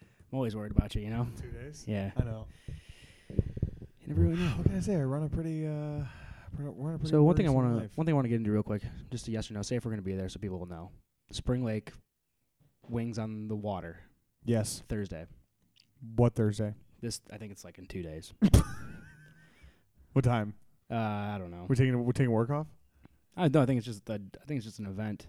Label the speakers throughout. Speaker 1: I'm always worried about you, you know?
Speaker 2: Two days.
Speaker 1: Yeah.
Speaker 2: I know.
Speaker 1: You never really know.
Speaker 2: What can I say? I run a pretty. Uh, pr- run a pretty
Speaker 1: So one thing I
Speaker 2: worrisome
Speaker 1: want to
Speaker 2: life.
Speaker 1: one thing I want to get into real quick, just a yes or no. Say if we're going to be there, so people will know. Spring Lake, wings on the water
Speaker 2: Yes.
Speaker 1: Thursday.
Speaker 2: What Thursday?
Speaker 1: This I think it's like in two days.
Speaker 2: What time?
Speaker 1: Uh, I don't know.
Speaker 2: We're taking we're taking work off.
Speaker 1: I no, I think it's just the I think it's just an event.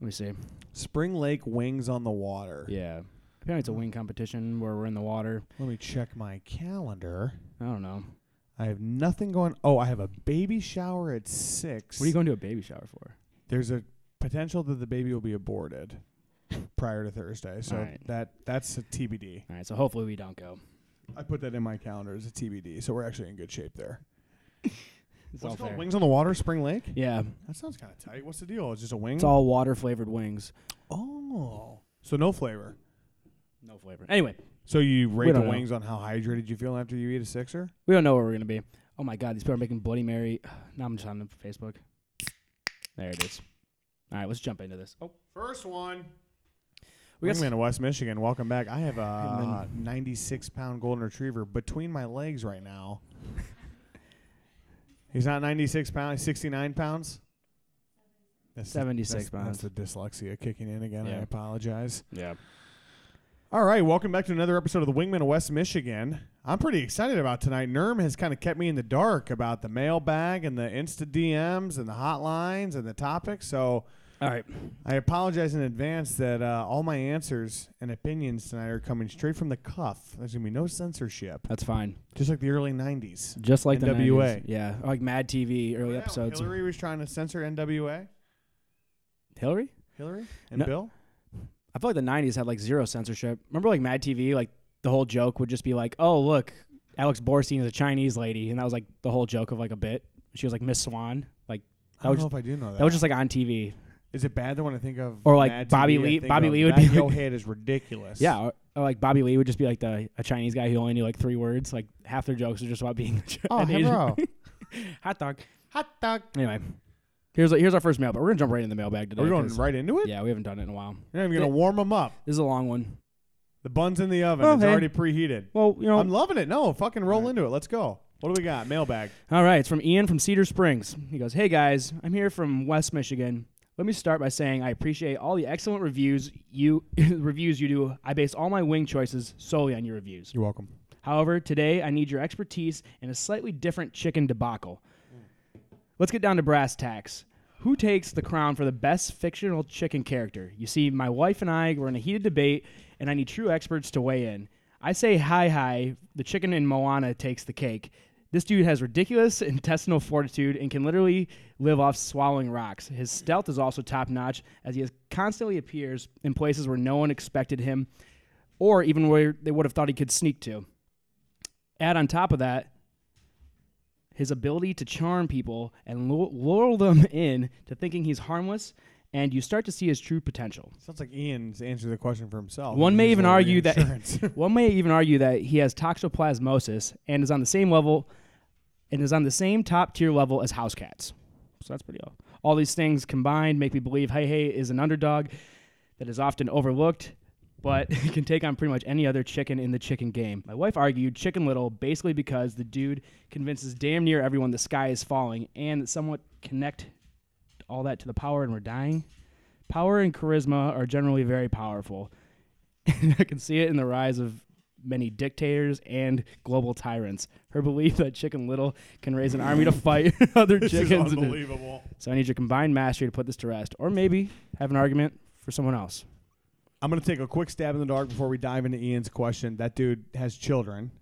Speaker 1: Let me see.
Speaker 2: Spring Lake Wings on the Water.
Speaker 1: Yeah, apparently it's a wing competition where we're in the water.
Speaker 2: Let me check my calendar.
Speaker 1: I don't know.
Speaker 2: I have nothing going. Oh, I have a baby shower at six.
Speaker 1: What are you going to a baby shower for?
Speaker 2: There's a potential that the baby will be aborted prior to Thursday, so
Speaker 1: Alright.
Speaker 2: that that's a TBD.
Speaker 1: All right, so hopefully we don't go.
Speaker 2: I put that in my calendar as a TBD, so we're actually in good shape there.
Speaker 1: It's
Speaker 2: What's
Speaker 1: all
Speaker 2: it called
Speaker 1: fair.
Speaker 2: Wings on the Water, Spring Lake.
Speaker 1: Yeah,
Speaker 2: That sounds kind of tight. What's the deal? It's just a wing.
Speaker 1: it's all water flavored wings.
Speaker 2: oh, so no flavor.
Speaker 1: No flavor. Anyway,
Speaker 2: So you rate the
Speaker 1: don't know.
Speaker 2: wings on how hydrated you feel after you eat a sixer?
Speaker 1: we don't know where we're gonna be. Oh my God, these people are making Bloody Mary. Now I'm just on the Facebook. There it is. All right, let's jump into this. Oh,
Speaker 2: First one.
Speaker 1: we
Speaker 2: We
Speaker 1: got
Speaker 2: got
Speaker 1: s-
Speaker 2: in West Michigan. Welcome back. I have
Speaker 1: Wingman.
Speaker 2: a 96 pound golden retriever between my legs right now. He's not 96 pounds. 69 pounds. That's the-
Speaker 1: 76
Speaker 2: that's, That's the dyslexia kicking in again. I
Speaker 1: Yeah.
Speaker 2: apologize.
Speaker 1: yeah.
Speaker 2: All right, welcome back to another episode of the Wingman of West Michigan. I'm pretty excited about tonight. Nerm has kind of kept me in the dark about the mailbag and the Insta DMs and the hotlines and the topics. So
Speaker 1: All right.
Speaker 2: I apologize in advance that uh, all my answers and opinions tonight are coming straight from the cuff. There's gonna be no censorship,
Speaker 1: That's fine.
Speaker 2: just like the early '90s.
Speaker 1: Just like the
Speaker 2: NWA.
Speaker 1: 90s. Yeah, or like Mad TV early
Speaker 2: Yeah,
Speaker 1: episodes.
Speaker 2: Hillary was trying to censor NWA.
Speaker 1: Hillary?
Speaker 2: Hillary and
Speaker 1: No.
Speaker 2: Bill.
Speaker 1: I feel like the 90s had like zero censorship. Remember like Mad TV, like the whole joke would just be like, "Oh, look, Alex Borstein is a Chinese lady." And that was like the whole joke of like a bit. She was like Miss Swan. Like
Speaker 2: I don't
Speaker 1: was
Speaker 2: know if I do know that.
Speaker 1: that was just like on TV.
Speaker 2: Is it bad that when I think of
Speaker 1: Or, like,
Speaker 2: Mad
Speaker 1: Bobby
Speaker 2: TV, I
Speaker 1: Lee-
Speaker 2: think
Speaker 1: Bobby
Speaker 2: of
Speaker 1: Lee would
Speaker 2: that
Speaker 1: be
Speaker 2: yo
Speaker 1: like-
Speaker 2: head is ridiculous.
Speaker 1: Yeah, or, or like Bobby Lee would just be like the a Chinese guy who only knew like three words. Like half their jokes were just about being
Speaker 2: Oh,
Speaker 1: an
Speaker 2: hey,
Speaker 1: Asian-
Speaker 2: bro.
Speaker 1: hot dog.
Speaker 2: Hot dog.
Speaker 1: Anyway, here's here's our first mail, but we're gonna jump right into the mailbag today.
Speaker 2: Are we going
Speaker 1: 'cause-
Speaker 2: right into it?
Speaker 1: Yeah, we haven't done it in a while.
Speaker 2: You're not even gonna warm them up.
Speaker 1: This is a long one.
Speaker 2: The bun's in the oven.
Speaker 1: Well,
Speaker 2: it's
Speaker 1: hey.
Speaker 2: already preheated.
Speaker 1: Well, you know,
Speaker 2: I'm loving it. No, fucking roll
Speaker 1: Alright.
Speaker 2: into it. Let's go. What do we got? Mailbag.
Speaker 1: All right, it's from Ian from Cedar Springs. He goes, Hey guys, I'm here from West Michigan. Let me start by saying I appreciate all the excellent reviews you reviews you do. I base all my wing choices solely on your reviews.
Speaker 2: You're welcome.
Speaker 1: However, today I need your expertise in a slightly different chicken debacle. Let's get down to brass tacks. Who takes the crown for the best fictional chicken character? You see, my wife and I were in a heated debate, and I need true experts to weigh in. I say hi hi, the chicken in Moana takes the cake. This dude has ridiculous intestinal fortitude and can literally live off swallowing rocks. His stealth is also top notch, as he constantly appears in places where no one expected him, or even where they would have thought he could sneak to. Add on top of that, his ability to charm people and lu- lure them in to thinking he's harmless, and you start to see his true potential.
Speaker 2: Sounds like Ian's answered the question for himself.
Speaker 1: One may
Speaker 2: He's
Speaker 1: even
Speaker 2: low
Speaker 1: argue that-
Speaker 2: reinsurance.
Speaker 1: One may even argue that he has toxoplasmosis and is on the same level and is on the same top tier level as house cats. So that's pretty all. All these things combined make me believe Hey Hey is an underdog that is often overlooked, but can take on pretty much any other chicken in the chicken game. My wife argued Chicken Little basically because the dude convinces damn near everyone the sky is falling and that somewhat connect all that to the power and we're dying. Power and charisma are generally very powerful. I can see it in the rise of many dictators and global tyrants. Her belief that Chicken Little can raise an army to fight other
Speaker 2: this is
Speaker 1: chickens. and-
Speaker 2: unbelievable.
Speaker 1: so I need your combined mastery to put this to rest, or maybe have an argument for someone else.
Speaker 2: I'm gonna take a quick stab in the dark before we dive into Ian's question. That dude has children.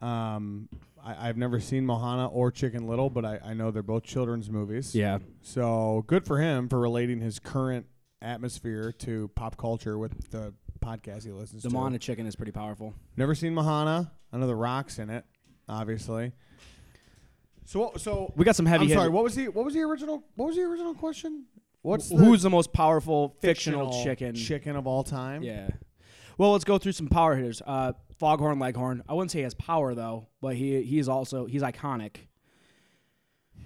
Speaker 2: Um, I, I've never seen Mohana or Chicken Little, but I, I know they're both children's movies.
Speaker 1: Yeah.
Speaker 2: So good for him for relating his current atmosphere to pop culture with the podcast he listens
Speaker 1: The
Speaker 2: to.
Speaker 1: Mana chicken is pretty powerful.
Speaker 2: Never seen Mahana. I know the rocks in it, obviously. So so
Speaker 1: We got some heavy
Speaker 2: I'm
Speaker 1: hitter-
Speaker 2: sorry. What was the what was the original what was the original question? What's
Speaker 1: Wh-
Speaker 2: the
Speaker 1: who's the most powerful fictional, chicken?
Speaker 2: chicken of all time?
Speaker 1: Yeah. Well, let's go through some power hitters. Uh, Foghorn Leghorn. I wouldn't say he has power though, but he he is also he's iconic.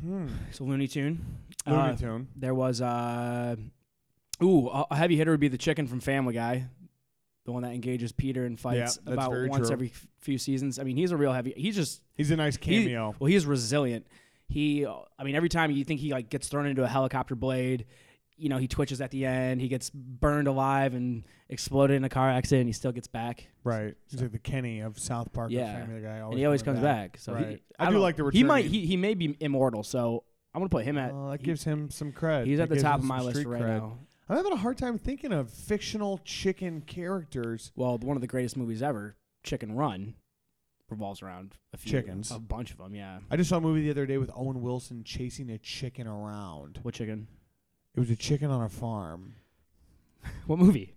Speaker 2: Hmm.
Speaker 1: So Looney Tune.
Speaker 2: Looney
Speaker 1: Uh,
Speaker 2: Tune.
Speaker 1: There was uh, ooh, a a heavy hitter would be the chicken from Family Guy, the the one that engages Peter and fights
Speaker 2: that's
Speaker 1: about
Speaker 2: very
Speaker 1: once
Speaker 2: true.
Speaker 1: every f- few seasons. I mean, he's a real heavy. He's just
Speaker 2: He's a nice
Speaker 1: he-
Speaker 2: cameo.
Speaker 1: well, he's resilient. He, uh, I mean, every time you think he like gets thrown into a helicopter blade, you know, he twitches at the end. He gets burned alive and exploded in a car accident. And he still gets back.
Speaker 2: right. He's like the Kenny of South Park.
Speaker 1: Yeah.
Speaker 2: The family guy. Always
Speaker 1: and he always
Speaker 2: coming
Speaker 1: comes back. So he-
Speaker 2: Right. I do
Speaker 1: don't know.
Speaker 2: like the
Speaker 1: He might.
Speaker 2: returning-
Speaker 1: He, he may be immortal. So I'm gonna put him at.
Speaker 2: Well, Oh, that
Speaker 1: he-
Speaker 2: gives him some cred.
Speaker 1: he's
Speaker 2: That
Speaker 1: at the
Speaker 2: gives
Speaker 1: top
Speaker 2: him
Speaker 1: of my
Speaker 2: some
Speaker 1: list
Speaker 2: street
Speaker 1: right
Speaker 2: cred.
Speaker 1: now.
Speaker 2: I'm having a hard time thinking of fictional chicken characters.
Speaker 1: Well, one of the greatest movies ever, Chicken Run, revolves around a few
Speaker 2: Chickens.
Speaker 1: a bunch of them. Yeah.
Speaker 2: I just saw a movie the other day with Owen Wilson chasing a chicken around.
Speaker 1: What chicken?
Speaker 2: It was a chicken on a farm.
Speaker 1: What movie?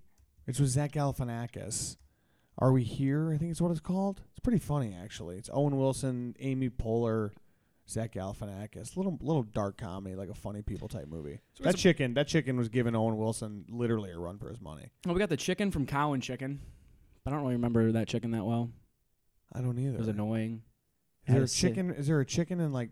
Speaker 2: It's with Zach Galifianakis. Are we here? I think it's what it's called. It's pretty funny actually. It's Owen Wilson, Amy Poehler, Zach Galifianakis. Little little dark comedy, like a funny people type movie.
Speaker 1: So we
Speaker 2: that
Speaker 1: got
Speaker 2: chicken, that chicken was giving Owen Wilson literally a run for his money.
Speaker 1: Well, we got the chicken from Cow and Chicken. But I don't really remember that chicken that well.
Speaker 2: I don't either.
Speaker 1: It was annoying.
Speaker 2: Is
Speaker 1: Had
Speaker 2: there
Speaker 1: to
Speaker 2: a
Speaker 1: sit-
Speaker 2: chicken? Is there a chicken in like?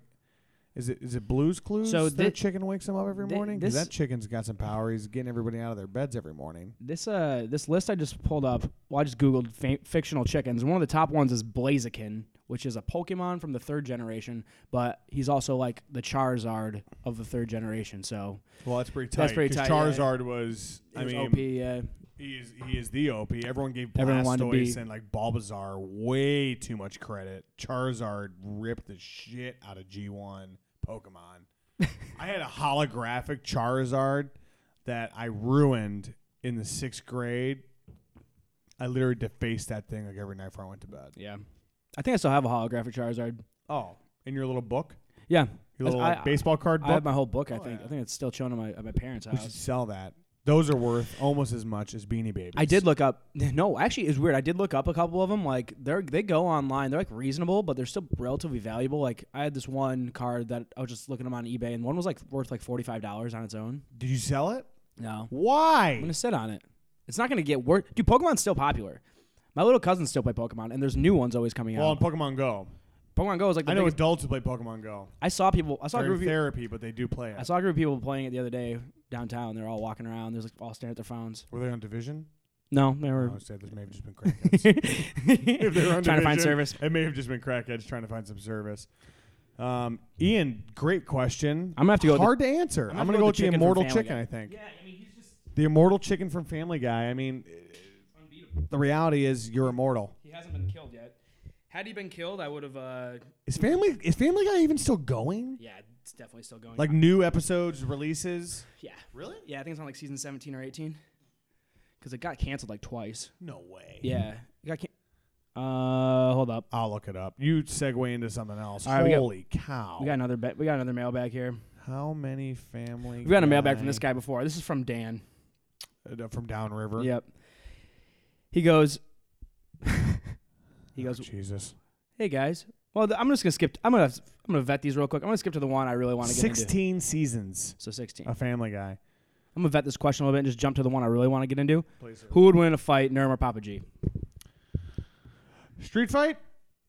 Speaker 2: Is it is it Blue's Clues?
Speaker 1: So
Speaker 2: that
Speaker 1: thi-
Speaker 2: chicken wakes him up every
Speaker 1: thi-
Speaker 2: morning. 'Cause
Speaker 1: this-
Speaker 2: that chicken's got some power. He's getting everybody out of their beds every morning.
Speaker 1: This uh, this list I just pulled up. Well, I just googled fa- fictional chickens. One of the top ones is Blaziken, which is a Pokemon from the third generation, but he's also like the Charizard of the third generation. So
Speaker 2: Well, that's pretty
Speaker 1: That's tight, pretty 'cause tight, yeah. Charizard
Speaker 2: was.
Speaker 1: he was OP. Uh,
Speaker 2: he's he is the OP. Everyone gave
Speaker 1: Everyone wanted to Blastoise be-
Speaker 2: and like Bulbasaur way too much credit. Charizard ripped the shit out of G one Pokemon. I had a holographic Charizard that I ruined in the sixth grade. I literally defaced that thing like every night before I went to bed.
Speaker 1: yeah, I think I still have a holographic Charizard.
Speaker 2: Oh, in your little book,
Speaker 1: Yeah,
Speaker 2: your little
Speaker 1: I,
Speaker 2: like, baseball card
Speaker 1: I, I have
Speaker 2: book.
Speaker 1: my whole book. I
Speaker 2: Oh,
Speaker 1: think
Speaker 2: yeah.
Speaker 1: I think it's still chilling at my, at my parents'
Speaker 2: we should
Speaker 1: house.
Speaker 2: sell that. Those are worth almost as much as Beanie Babies.
Speaker 1: I did look up. No, actually, it's weird. I did look up a couple of them. Like they're they go online. They're like reasonable, but they're still relatively valuable. Like I had this one card that I was just looking them on eBay, and one was like worth like forty five dollars on its own.
Speaker 2: Did you sell it?
Speaker 1: No, I'm
Speaker 2: Why?
Speaker 1: gonna sit on it. It's not gonna get worse. Dude, Pokemon's still popular. My little cousins still play Pokemon, and there's new ones always coming
Speaker 2: Well, in
Speaker 1: out.
Speaker 2: Pokemon Go,
Speaker 1: Pokemon Go is like the
Speaker 2: I know
Speaker 1: biggest-
Speaker 2: adults who play Pokemon Go.
Speaker 1: I saw people. I saw a
Speaker 2: They're
Speaker 1: group. Of,
Speaker 2: in
Speaker 1: people-
Speaker 2: therapy, but they do play
Speaker 1: I
Speaker 2: it.
Speaker 1: saw a group of people playing it the other day downtown. They're all walking around. They're like all staring at their phones.
Speaker 2: Were they on Division?
Speaker 1: No, they
Speaker 2: I
Speaker 1: were
Speaker 2: would say this may have just been crackheads. Oh, if they were on
Speaker 1: trying to find
Speaker 2: Division,
Speaker 1: service.
Speaker 2: It may have just been crackheads trying to find some service. Um, Ian, great question.
Speaker 1: I'm gonna have to go with the-
Speaker 2: Hard to answer. I'm,
Speaker 1: gonna have to
Speaker 2: gonna go
Speaker 1: go
Speaker 2: with
Speaker 1: with
Speaker 2: the
Speaker 1: the chicken from
Speaker 2: immortal
Speaker 1: Family
Speaker 2: chicken.
Speaker 1: Guy.
Speaker 2: I think
Speaker 1: Yeah, I mean he's just
Speaker 2: the immortal chicken from Family Guy. I mean,
Speaker 1: unbeatable.
Speaker 2: the reality is you're immortal.
Speaker 1: He hasn't been killed yet. Had he been killed, I would have. Uh,
Speaker 2: Is Family is Family Guy even still going?
Speaker 1: yeah, it's definitely still going.
Speaker 2: Like new episodes releases?
Speaker 1: yeah,
Speaker 2: Really?
Speaker 1: yeah. I think it's on like season 17 or 18 because it got canceled like twice.
Speaker 2: No way.
Speaker 1: Yeah, it got can- Uh, hold up.
Speaker 2: I'll look it up. You segue into something else.
Speaker 1: All right, we got-
Speaker 2: Holy cow!
Speaker 1: We got another. Ba- we got another mailbag here.
Speaker 2: How many Family?
Speaker 1: We got a mailbag from this guy before. This is from Dan.
Speaker 2: uh, from Downriver.
Speaker 1: Yep. He goes. he
Speaker 2: Oh,
Speaker 1: goes.
Speaker 2: Jesus.
Speaker 1: Hey guys. Well, th- I'm just gonna skip. I'm gonna. I'm gonna vet these real quick. I'm gonna skip to the one I really want to get into.
Speaker 2: Sixteen seasons.
Speaker 1: So 16.
Speaker 2: A Family Guy.
Speaker 1: I'm gonna vet this question a little bit and just jump to the one I really want to get into.
Speaker 2: Please.
Speaker 1: Who would win a fight, Nerm or Papa G?
Speaker 2: Street Fight?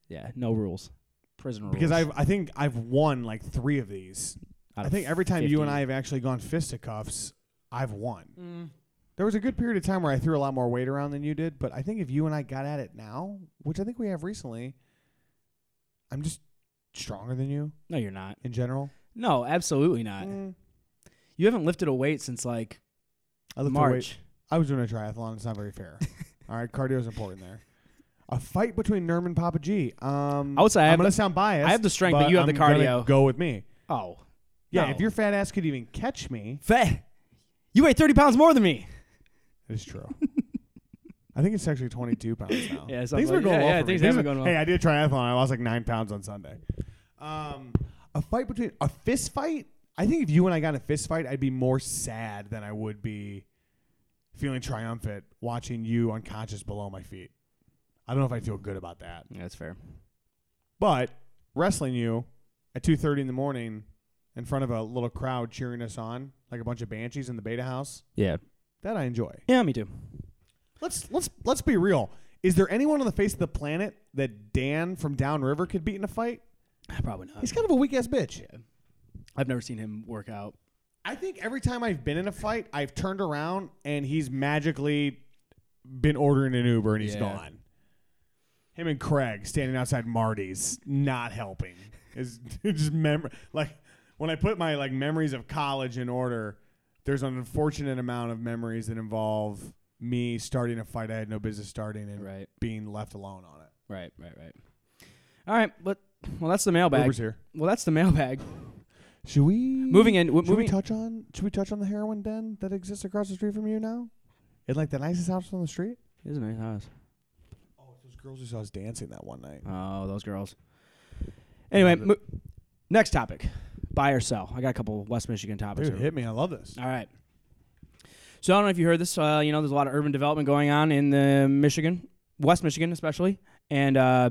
Speaker 1: Yeah, no rules, prison rules.
Speaker 2: Because I I think I've won like three of these.
Speaker 1: Out
Speaker 2: I
Speaker 1: of
Speaker 2: think every time you and
Speaker 1: 50.
Speaker 2: I have actually gone fisticuffs, I've won.
Speaker 1: Mm,
Speaker 2: There was a good period of time where I threw a lot more weight around than you did, but I think if you and I got at it now, which I think we have recently, I'm just stronger than you
Speaker 1: no, you're not.
Speaker 2: in general.
Speaker 1: No, absolutely not.
Speaker 2: Mm.
Speaker 1: You haven't lifted a weight since like
Speaker 2: I lifted weight-
Speaker 1: March.
Speaker 2: I was doing a triathlon. It's not very fair. All right, cardio is important there. A fight between Nerm and Papa G. Um,
Speaker 1: I would say I
Speaker 2: I'm
Speaker 1: have
Speaker 2: gonna sound biased.
Speaker 1: I have the strength, but you have the
Speaker 2: I'm gonna
Speaker 1: cardio.
Speaker 2: Go with me.
Speaker 1: Oh,
Speaker 2: Yeah,
Speaker 1: No.
Speaker 2: if your fat ass could even catch me,
Speaker 1: fat. You weigh 30 pounds more than me.
Speaker 2: it's true. I think it's actually 22 pounds now.
Speaker 1: Yeah, it sounds
Speaker 2: things were
Speaker 1: like- yeah,
Speaker 2: going well.
Speaker 1: yeah,
Speaker 2: for me.
Speaker 1: things
Speaker 2: were
Speaker 1: have been going
Speaker 2: Hey,
Speaker 1: well.
Speaker 2: I did a triathlon. I lost like nine pounds on Sunday. Um, a fight between a fist fight. I think if you and I got in a fist fight, I'd be more sad than I would be feeling triumphant watching you unconscious below my feet. I don't know if I feel good about that.
Speaker 1: Yeah, that's fair.
Speaker 2: But wrestling you at two thirty in the morning in front of a little crowd cheering us on, like a bunch of banshees in the beta house,
Speaker 1: Yeah.
Speaker 2: that I enjoy.
Speaker 1: Yeah, me too.
Speaker 2: Let's let's let's be real. Is there anyone on the face of the planet that Dan from Downriver could beat in a fight?
Speaker 1: Probably not.
Speaker 2: He's kind of a weak ass bitch.
Speaker 1: I've never seen him work out.
Speaker 2: I think every time I've been in a fight, I've turned around and he's magically been ordering an Uber and he's
Speaker 1: Yeah.
Speaker 2: gone. Him and Craig standing outside Marty's, not helping. Is just mem- like when I put my like memories of college in order. There's an unfortunate amount of memories that involve me starting a fight I had no business starting and
Speaker 1: Right.
Speaker 2: being left alone on it.
Speaker 1: Right, right, right. All right, but well, that's the mailbag.
Speaker 2: Uber's here.
Speaker 1: Well, that's the mailbag.
Speaker 2: Should we
Speaker 1: Moving in, w-
Speaker 2: Should we
Speaker 1: moving.
Speaker 2: touch on? Should we touch on the heroin den that exists across the street from you now? In like the nicest house on the street.
Speaker 1: This is a nice house.
Speaker 2: Oh, it's those girls who saw us dancing that one night.
Speaker 1: Oh, those girls. Anyway,
Speaker 2: Love
Speaker 1: mo- next topic: buy or sell. I got a couple West Michigan topics.
Speaker 2: Dude,
Speaker 1: here.
Speaker 2: hit me! I love this.
Speaker 1: All right. So I don't know if you heard this. Uh, you know, there's a lot of urban development going on in the Michigan, West Michigan especially, and uh,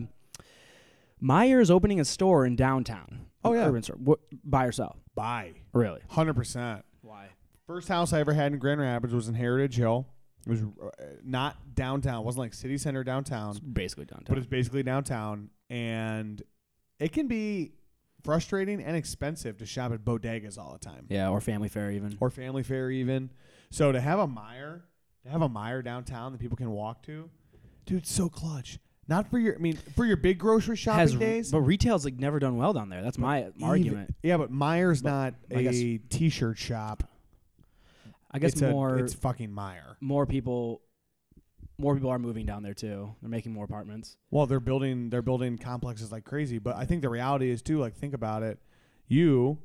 Speaker 1: Meyer is opening a store in downtown.
Speaker 2: Oh, yeah.
Speaker 1: urban store. What, buy or sell?
Speaker 2: Bye.
Speaker 1: Really?
Speaker 2: Hundred percent.
Speaker 1: Why?
Speaker 2: First house I ever had in Grand Rapids was in Heritage Hill. It was uh, not downtown. It wasn't like city center downtown,
Speaker 1: It's basically
Speaker 2: but
Speaker 1: downtown.
Speaker 2: it's basically downtown, and it can be frustrating and expensive to shop at bodegas all the time.
Speaker 1: Yeah, or Family Fair even.
Speaker 2: or Family Fair even. So to have a Meyer, to have a Meyer downtown that people can walk to, dude, so clutch. Not for your, I mean, for your big grocery shopping
Speaker 1: Has-
Speaker 2: days.
Speaker 1: but retail's like never done well down there. That's my
Speaker 2: even-
Speaker 1: argument.
Speaker 2: Yeah, but Meyer's not
Speaker 1: I guess-
Speaker 2: a t-shirt shop.
Speaker 1: I guess
Speaker 2: it's a-
Speaker 1: more
Speaker 2: it's fucking Meyer.
Speaker 1: more people more people are moving down there too. They're making more apartments.
Speaker 2: Well, they're building they're building complexes like crazy, but I think the reality is too. Like, think about it. You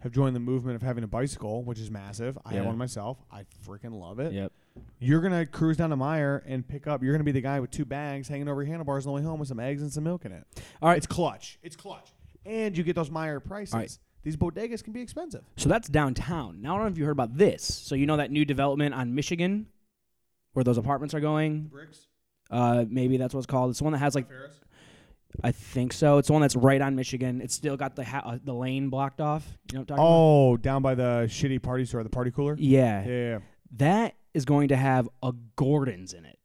Speaker 2: have joined the movement of having a bicycle, which is massive. I have
Speaker 1: Yeah.
Speaker 2: one myself. I freaking love it.
Speaker 1: Yep.
Speaker 2: you're gonna cruise down to Meyer and pick up. You're gonna be the guy with two bags hanging over your handlebars on the way home with some eggs and some milk in it.
Speaker 1: All right.
Speaker 2: It's clutch. It's clutch. And you get those Meyer prices.
Speaker 1: All right.
Speaker 2: These bodegas can be expensive.
Speaker 1: So that's downtown. Now I don't know if you heard about this. So you know that new development on Michigan where those apartments are going?
Speaker 2: Bricks,
Speaker 1: Uh maybe that's what it's called. It's the one that has like
Speaker 2: Ferris.
Speaker 1: I think so. It's the one that's right on Michigan. It's still got the ha- uh, the lane blocked off. You know what I'm talking about?
Speaker 2: Oh, down by the shitty party store, the party cooler.
Speaker 1: Yeah.
Speaker 2: Oh. Yeah.
Speaker 1: That is going to have a Gordon's in it.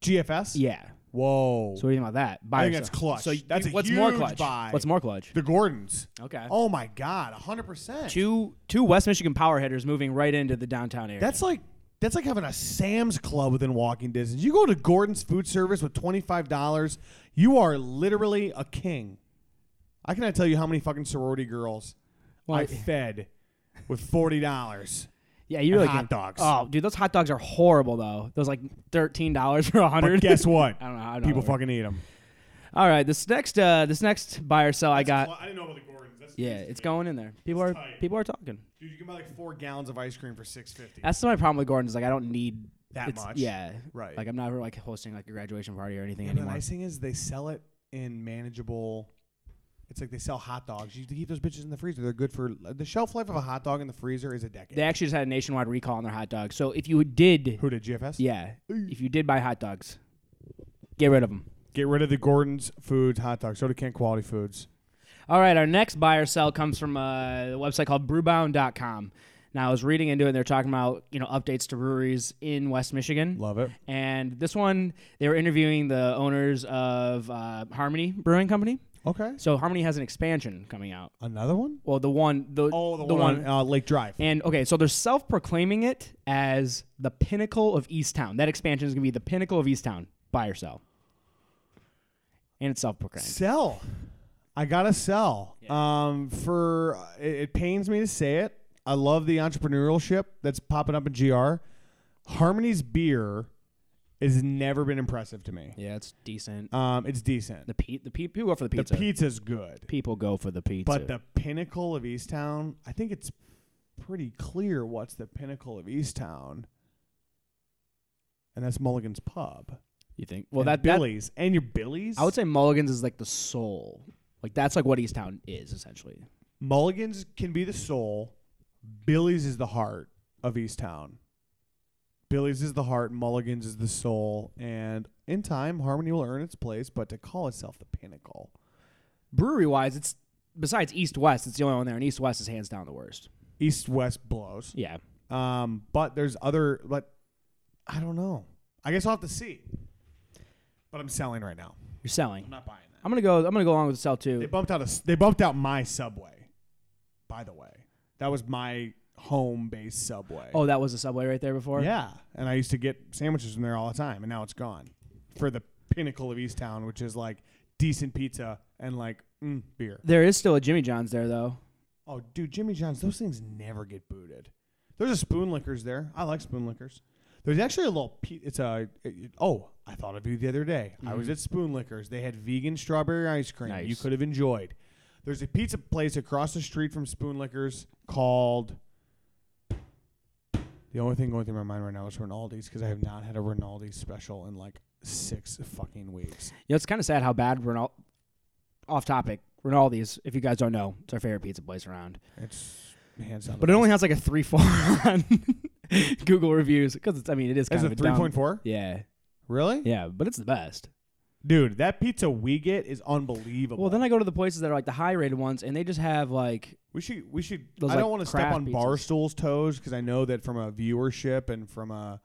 Speaker 2: GFS.
Speaker 1: Yeah.
Speaker 2: Whoa.
Speaker 1: So what do you think about that? Buy
Speaker 2: I think
Speaker 1: or
Speaker 2: that's
Speaker 1: sell?
Speaker 2: clutch.
Speaker 1: So you-
Speaker 2: That's a
Speaker 1: what's more
Speaker 2: huge
Speaker 1: clutch?
Speaker 2: buy.
Speaker 1: What's more clutch?
Speaker 2: the Gordons.
Speaker 1: Okay.
Speaker 2: Oh my God, hundred percent.
Speaker 1: two two West Michigan power hitters moving right into the downtown area.
Speaker 2: That's like that's like having a Sam's Club within walking distance. You go to Gordon's Food Service with twenty five dollars, you are literally a king. I cannot tell you how many fucking sorority girls
Speaker 1: Well,
Speaker 2: I
Speaker 1: I-
Speaker 2: fed with forty dollars.
Speaker 1: yeah, you really
Speaker 2: and hot
Speaker 1: can't-
Speaker 2: dogs.
Speaker 1: Oh, dude, those hot dogs are horrible though. Those like thirteen dollars for a
Speaker 2: But
Speaker 1: hundred.
Speaker 2: guess what?
Speaker 1: I don't know. I don't
Speaker 2: People
Speaker 1: know.
Speaker 2: fucking eat them.
Speaker 1: All right, this next uh, this next buy or sell I got.
Speaker 2: I didn't know about the Gordons. That's
Speaker 1: Yeah, it's going in there. People are
Speaker 2: tight.
Speaker 1: people are talking.
Speaker 2: Dude, you can buy like four gallons of ice cream for six fifty.
Speaker 1: That's my problem with Gordon's. Like I don't need
Speaker 2: That
Speaker 1: it's-
Speaker 2: much.
Speaker 1: Yeah,
Speaker 2: Right.
Speaker 1: Like I'm not ever like hosting like a graduation party or anything
Speaker 2: And the
Speaker 1: anymore.
Speaker 2: nice thing is they sell it in manageable. It's like they sell hot dogs. You keep those bitches in the freezer. They're good for the shelf life of a hot dog in the freezer is a decade.
Speaker 1: They actually just had a nationwide recall on their hot dogs. So if you did,
Speaker 2: Who did GFS?
Speaker 1: yeah, if you did buy hot dogs, get rid of them.
Speaker 2: Get rid of the Gordon's Foods hot dogs. So do Kent Quality Foods.
Speaker 1: All right, our next buy or sell comes from uh, a website called brewbound.com. Now, I was reading into it, and they're talking about, you know, updates to breweries in West Michigan.
Speaker 2: Love it.
Speaker 1: And this one, they were interviewing the owners of uh, Harmony Brewing Company.
Speaker 2: Okay.
Speaker 1: So Harmony has an expansion coming out.
Speaker 2: Another one?
Speaker 1: Well, the one, the,
Speaker 2: Oh, the, one, on uh, Lake Drive.
Speaker 1: And okay, so they're self-proclaiming it as the pinnacle of Easttown. That expansion is going to be the pinnacle of Easttown. Buy or sell. And it's self-proclaimed.
Speaker 2: sell. I gotta sell. Um, for it, it pains me to say it. I love the entrepreneurship that's popping up in GR. Harmony's beer has never been impressive to me.
Speaker 1: Yeah, it's decent.
Speaker 2: Um, it's decent.
Speaker 1: The pe- the pe- people go for the pizza.
Speaker 2: The pizza's good.
Speaker 1: people go for the pizza.
Speaker 2: But the pinnacle of Easttown, I think it's pretty clear what's the pinnacle of Easttown. And that's Mulligan's Pub.
Speaker 1: you think? Well,
Speaker 2: and
Speaker 1: that Billy.
Speaker 2: Billy's and your Billy's.
Speaker 1: I would say Mulligan's is like the soul. Like that's like what Easttown is essentially.
Speaker 2: Mulligan's can be the soul. Billy's is the heart of Easttown. Billy's is the heart. Mulligan's is the soul. And in time, Harmony will earn its place. But to call itself the pinnacle,
Speaker 1: Brewery wise, it's besides East West, it's the only one there, and East West is hands down the worst.
Speaker 2: East West blows.
Speaker 1: Yeah,
Speaker 2: Um, but there's other, but I don't know. I guess I'll have to see. But I'm selling right now.
Speaker 1: you're selling.
Speaker 2: not buying that.
Speaker 1: I'm gonna go. I'm gonna go along with the sell
Speaker 2: They
Speaker 1: too.
Speaker 2: bumped out a, s- they bumped out my Subway. By the way, that was my home based Subway.
Speaker 1: Oh, that was a Subway right there before.
Speaker 2: yeah, and I used to get sandwiches from there all the time, and now it's gone for the pinnacle of East Town, which is like decent pizza and like mm, beer.
Speaker 1: There is still a Jimmy John's there though.
Speaker 2: Oh, dude, Jimmy John's, those things never get booted. There's a Spoon Lickers there. I like Spoon Lickers. There's actually a little. Pe- it's a. it- it- oh, I thought of you the other day. I was at Spoon Lickers. They had vegan strawberry ice cream. You
Speaker 1: Mm. Nice.
Speaker 2: could have enjoyed. There's a pizza place across the street from Spoon Lickers called. The only thing going through my mind right now is Rinaldi's because I have not had a Rinaldi's special in like six fucking weeks.
Speaker 1: You know, it's kind of sad how bad Rinal. Off topic, Rinaldi's. If you guys don't know, it's our favorite pizza place around.
Speaker 2: It's hands down. the
Speaker 1: But it
Speaker 2: best.
Speaker 1: only has like a three four on Google reviews because it's. I mean, it is kind
Speaker 2: It's
Speaker 1: of
Speaker 2: a
Speaker 1: a down-
Speaker 2: three point four.
Speaker 1: Yeah,
Speaker 2: Really?
Speaker 1: yeah, but it's the best.
Speaker 2: Dude, that pizza we get is unbelievable.
Speaker 1: Well, then I go to the places that are like the high rated ones, and they just have like
Speaker 2: we should we should.
Speaker 1: Those,
Speaker 2: I don't
Speaker 1: like,
Speaker 2: want to step
Speaker 1: craft
Speaker 2: on
Speaker 1: pizzas.
Speaker 2: Barstool's toes because I know that from a viewership and from a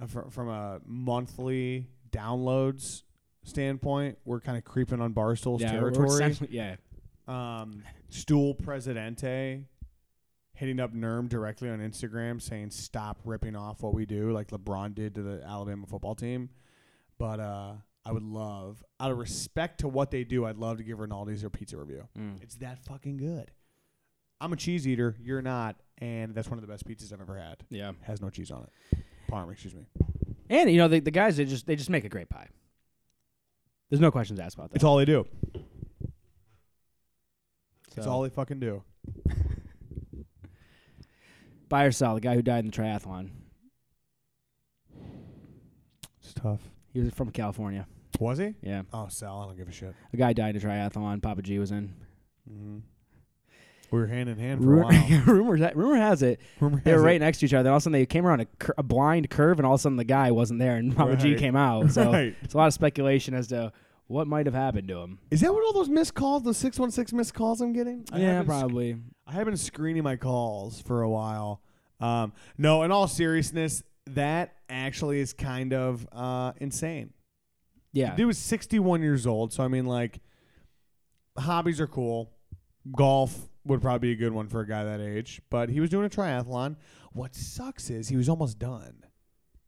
Speaker 2: uh, fr- from a monthly downloads standpoint, we're kind of creeping on Barstool's
Speaker 1: yeah, we're
Speaker 2: territory.
Speaker 1: essentially- yeah,
Speaker 2: Um, Stool Presidente hitting up Nerm directly on Instagram saying stop ripping off what we do like LeBron did to the Alabama football team. But uh, I would love, out of respect to what they do, I'd love to give Rinaldi's their pizza review.
Speaker 1: Mm.
Speaker 2: It's that fucking good. I'm a cheese eater. You're not, and that's one of the best pizzas I've ever had.
Speaker 1: yeah.
Speaker 2: Has no cheese on it. Parm, excuse me.
Speaker 1: And you know the, the guys they just they just make a great pie. There's no questions asked about that.
Speaker 2: It's all they do. It's
Speaker 1: So,
Speaker 2: all they fucking do.
Speaker 1: buy or sell. The guy who died in the triathlon.
Speaker 2: It's tough.
Speaker 1: He was from California.
Speaker 2: Was he?
Speaker 1: Yeah,
Speaker 2: Oh, Sal, I don't give a shit.
Speaker 1: a guy died in a triathlon. Papa G was in.
Speaker 2: Mm-hmm. We were hand in hand for a
Speaker 1: Rumor,
Speaker 2: while.
Speaker 1: rumors that- rumor has it
Speaker 2: Rumor
Speaker 1: they were
Speaker 2: has it-
Speaker 1: right next to each other. All of a sudden they came around a, cur- a blind curve, and all of a sudden the guy wasn't there, and Papa G
Speaker 2: Right.
Speaker 1: came out. So
Speaker 2: Right.
Speaker 1: it's a lot of speculation as to what might have happened to him.
Speaker 2: Is that what all those missed calls, the 616 missed calls I'm getting? I
Speaker 1: yeah,
Speaker 2: have been sc-
Speaker 1: probably.
Speaker 2: I have been screening my calls for a while. Um, no, in all seriousness, that actually is kind of uh, insane.
Speaker 1: Yeah,
Speaker 2: Dude was 61 years old, so I mean, like, hobbies are cool. Golf would probably be a good one for a guy that age, but he was doing a triathlon. What sucks is he was almost done.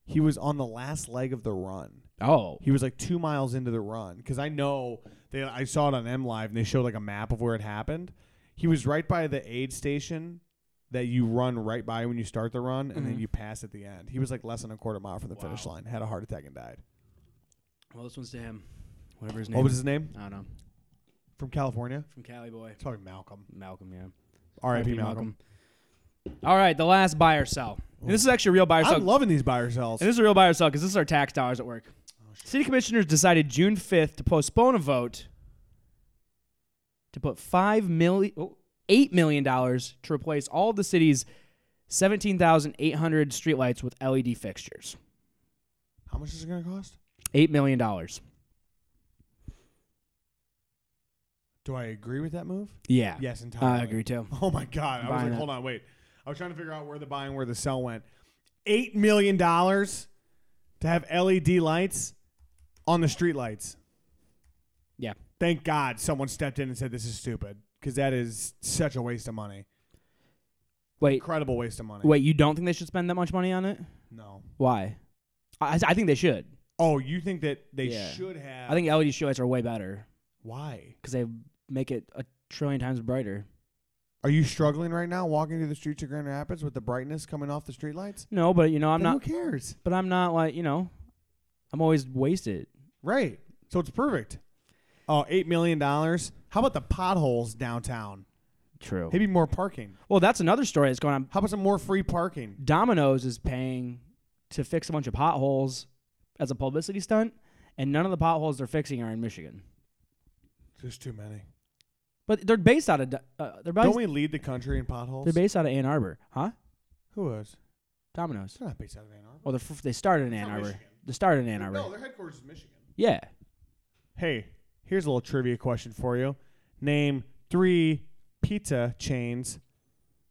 Speaker 2: He was on the last leg of the run.
Speaker 1: Oh,
Speaker 2: He was like two miles into the run because I know they. I saw it on M Live and they showed like a map of where it happened. He was right by the aid station that you run right by when you start the run, and then
Speaker 1: Mhm.
Speaker 2: you pass at the end. He was like less than a quarter mile from the finish
Speaker 1: Wow.
Speaker 2: line. Had a heart attack and died.
Speaker 1: well, this one's to him. Whatever his name.
Speaker 2: What was
Speaker 1: is.
Speaker 2: his name?
Speaker 1: I don't know.
Speaker 2: From California.
Speaker 1: From Cali boy.
Speaker 2: It's probably Malcolm.
Speaker 1: Malcolm, yeah.
Speaker 2: R.I.P.
Speaker 1: R.I.P.
Speaker 2: Malcolm.
Speaker 1: All right, the last buy or sell. And this is actually a real buy or sell.
Speaker 2: I'm loving these buyer sells.
Speaker 1: and this is a real buy or sell because this is our tax dollars at work.
Speaker 2: Oh,
Speaker 1: City commissioners decided June 5th to postpone a vote to put five million, oh, eight million dollars to replace all the city's seventeen thousand eight hundred streetlights with LED fixtures.
Speaker 2: How much is it going to cost?
Speaker 1: Eight million dollars.
Speaker 2: Do I agree with that move?
Speaker 1: Yeah.
Speaker 2: Yes, entirely.
Speaker 1: I agree too.
Speaker 2: Oh my god! I was
Speaker 1: Buying
Speaker 2: like,
Speaker 1: it.
Speaker 2: hold on, wait. I was trying to figure out where the buy and where the sell went. Eight million dollars to have LED lights on the street lights.
Speaker 1: Yeah.
Speaker 2: Thank God someone stepped in and said this is stupid because that is such a waste of money.
Speaker 1: Wait,
Speaker 2: Incredible waste of money.
Speaker 1: wait. You don't think they should spend that much money on it?
Speaker 2: No.
Speaker 1: Why? I, I think they should.
Speaker 2: Oh, you think that they
Speaker 1: Yeah.
Speaker 2: should have?
Speaker 1: I think LED streetlights are way better.
Speaker 2: Why?
Speaker 1: because they make it a trillion times brighter.
Speaker 2: Are you struggling right now walking through the streets of Grand Rapids with the brightness coming off the street lights?
Speaker 1: No, but you know, I'm
Speaker 2: Then
Speaker 1: not.
Speaker 2: Who cares?
Speaker 1: But I'm not like you know, I'm always wasted.
Speaker 2: Right. So it's perfect. Oh, eight million dollars. How about the potholes downtown?
Speaker 1: True.
Speaker 2: Maybe more parking.
Speaker 1: Well, that's another story that's going on.
Speaker 2: How about some more free parking?
Speaker 1: Domino's is paying to fix a bunch of potholes as a publicity stunt, and none of the potholes they're fixing are in Michigan.
Speaker 2: There's too many.
Speaker 1: But they're based out of Do- uh, they're based,
Speaker 2: Don't we lead the country in potholes?
Speaker 1: they're based out of Ann Arbor, huh?
Speaker 2: Who is?
Speaker 1: Domino's.
Speaker 2: They're not based out of Ann Arbor.
Speaker 1: Well, they're Oh, f- they started in Ann
Speaker 2: not
Speaker 1: Arbor.
Speaker 2: Michigan.
Speaker 1: They started in Ann Arbor.
Speaker 2: their headquarters is Michigan.
Speaker 1: Yeah.
Speaker 2: Hey, here's a little trivia question for you. Name three pizza chains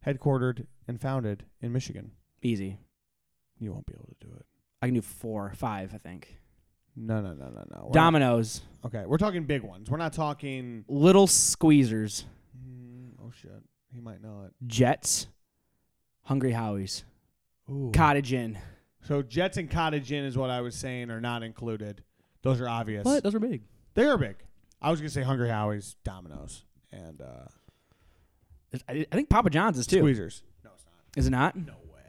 Speaker 2: headquartered and founded in Michigan.
Speaker 1: Easy.
Speaker 2: You won't be able to do it.
Speaker 1: I can do four, five, I think.
Speaker 2: No, no, no, no, no. We're not-
Speaker 1: Domino's,
Speaker 2: okay, we're talking big ones. We're not talking.
Speaker 1: Little Squeezers,
Speaker 2: Mm, oh shit, he might know it.
Speaker 1: Jets, Hungry Howie's,
Speaker 2: Ooh.
Speaker 1: Cottage Inn.
Speaker 2: So Jets and Cottage Inn is what I was saying are not included. Those are obvious.
Speaker 1: What? Those were big.
Speaker 2: They are big. I was gonna say Hungry Howie's, Domino's, and uh,
Speaker 1: I, I think Papa John's is too.
Speaker 2: Squeezers. No, it's not.
Speaker 1: Is it not?
Speaker 2: No way.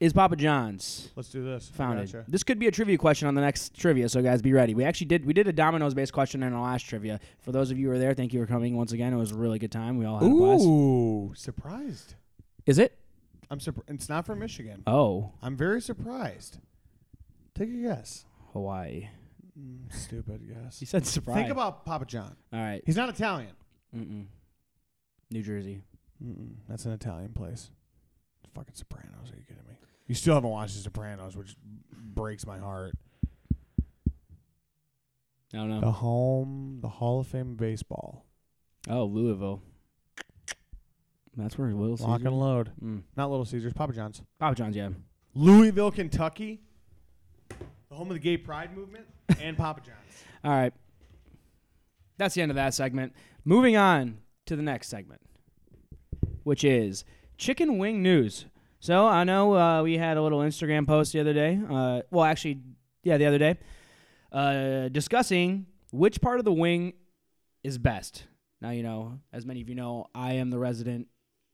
Speaker 1: Is Papa John's
Speaker 2: Let's do this.
Speaker 1: founded?
Speaker 2: Gotcha.
Speaker 1: This could be a trivia question on the next trivia, so guys, be ready. We actually did we did a dominoes based question in our last trivia. For those of you who were there, thank you for coming once again. It was a really good time. We all had a blast.
Speaker 2: Ooh, surprised.
Speaker 1: Is it?
Speaker 2: I'm surprised. It's not from Michigan.
Speaker 1: Oh,
Speaker 2: I'm very surprised. Take a guess. Mm,
Speaker 1: Hawaii.
Speaker 2: Stupid guess.
Speaker 1: You said surprise.
Speaker 2: Think about Papa John.
Speaker 1: All right.
Speaker 2: He's not Italian.
Speaker 1: Mm-mm. New Jersey.
Speaker 2: Mm-mm. That's an Italian place. Fucking Sopranos. Are you kidding me? You still haven't watched The Sopranos, which breaks my heart.
Speaker 1: I don't
Speaker 2: The
Speaker 1: know.
Speaker 2: home, the Hall of Fame of baseball.
Speaker 1: Oh, Louisville. That's where Little
Speaker 2: Lock
Speaker 1: Caesars.
Speaker 2: and load.
Speaker 1: Mm.
Speaker 2: Not Little Caesars, Papa John's.
Speaker 1: Papa John's, yeah.
Speaker 2: Louisville, Kentucky. The home of the gay pride movement and Papa John's.
Speaker 1: All right. That's the end of that segment. Moving on to the next segment, which is chicken wing news. So I know uh, we had a little Instagram post the other day. Uh, well, actually, yeah, the other day, uh, discussing which part of the wing is best. Now you know, as many of you know, I am the resident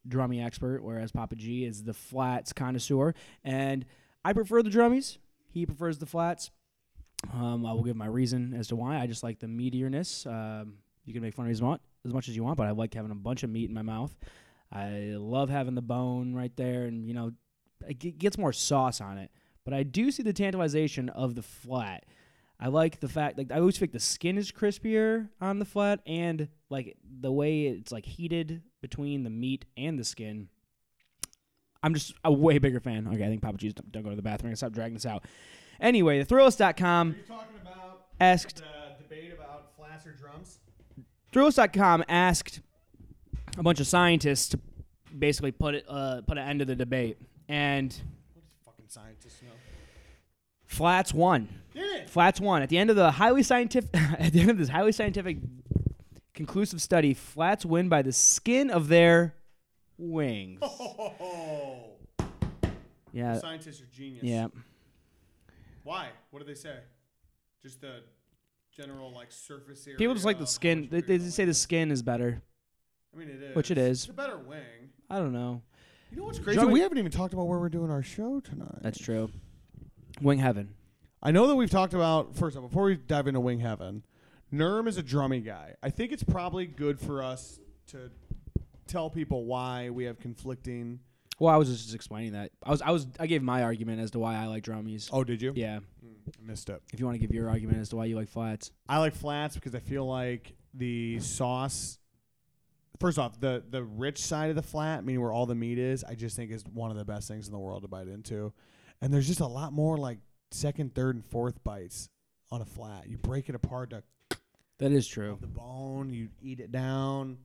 Speaker 1: drummy expert, whereas Papa G is the flats connoisseur, and I prefer the drummies. He prefers the flats. Um, I will give my reason as to why. I just like the meatiness. Um, you can make fun of me as, want, as much as you want, but I like having a bunch of meat in my mouth. I love having the bone right there, and you know, it g- gets more sauce on it. But I do see the tantalization of the flat. I like the fact, like I always think the skin is crispier on the flat, and like the way it's like heated between the meat and the skin. I'm just a way bigger fan. Okay, I think Papa G's don't, don't go to the bathroom. I'm gonna stop dragging this out. Anyway, thethrillist.com
Speaker 2: You're talking about
Speaker 1: asked
Speaker 2: the debate about flats or drums?
Speaker 1: Thrillist.com asked a bunch of scientists to basically put it, uh, put an end to the debate, and
Speaker 2: What does fucking scientists know?
Speaker 1: Flats won.
Speaker 2: Did it?
Speaker 1: Flats won at the end of the highly scientific at the end of this highly scientific conclusive study. Flats win by the skin of their wings.
Speaker 2: Oh,
Speaker 1: Yeah,
Speaker 2: scientists are genius.
Speaker 1: Uh, yeah.
Speaker 2: Why? What do they say? Just the general like surface area.
Speaker 1: People just like the
Speaker 2: of how
Speaker 1: skin.
Speaker 2: much
Speaker 1: They,
Speaker 2: bigger
Speaker 1: they
Speaker 2: the
Speaker 1: say
Speaker 2: wing
Speaker 1: the
Speaker 2: is.
Speaker 1: skin is better,
Speaker 2: I mean, it is.
Speaker 1: which it is.
Speaker 2: It's a better wing.
Speaker 1: I don't know.
Speaker 2: You know what's crazy?
Speaker 1: Johnny-
Speaker 2: we haven't even talked about where we're doing our show tonight.
Speaker 1: That's true. Wing heaven.
Speaker 2: I know that we've talked about first off before we dive into Wing Heaven. Nerm is a drummy guy. I think it's probably good for us to tell people why we have conflicting.
Speaker 1: Well, I was just explaining that. I was I was I gave my argument as to why I like drummies.
Speaker 2: Oh, did you?
Speaker 1: Yeah.
Speaker 2: I missed it.
Speaker 1: If you want to give your argument as to why you like flats.
Speaker 2: I like flats because I feel like the sauce. First off, the the rich side of the flat, meaning where all the meat is, I just think is one of the best things in the world to bite into. And there's just a lot more like second, third, and fourth bites on a flat. You break it apart to
Speaker 1: That is true.
Speaker 2: the bone. You eat it down.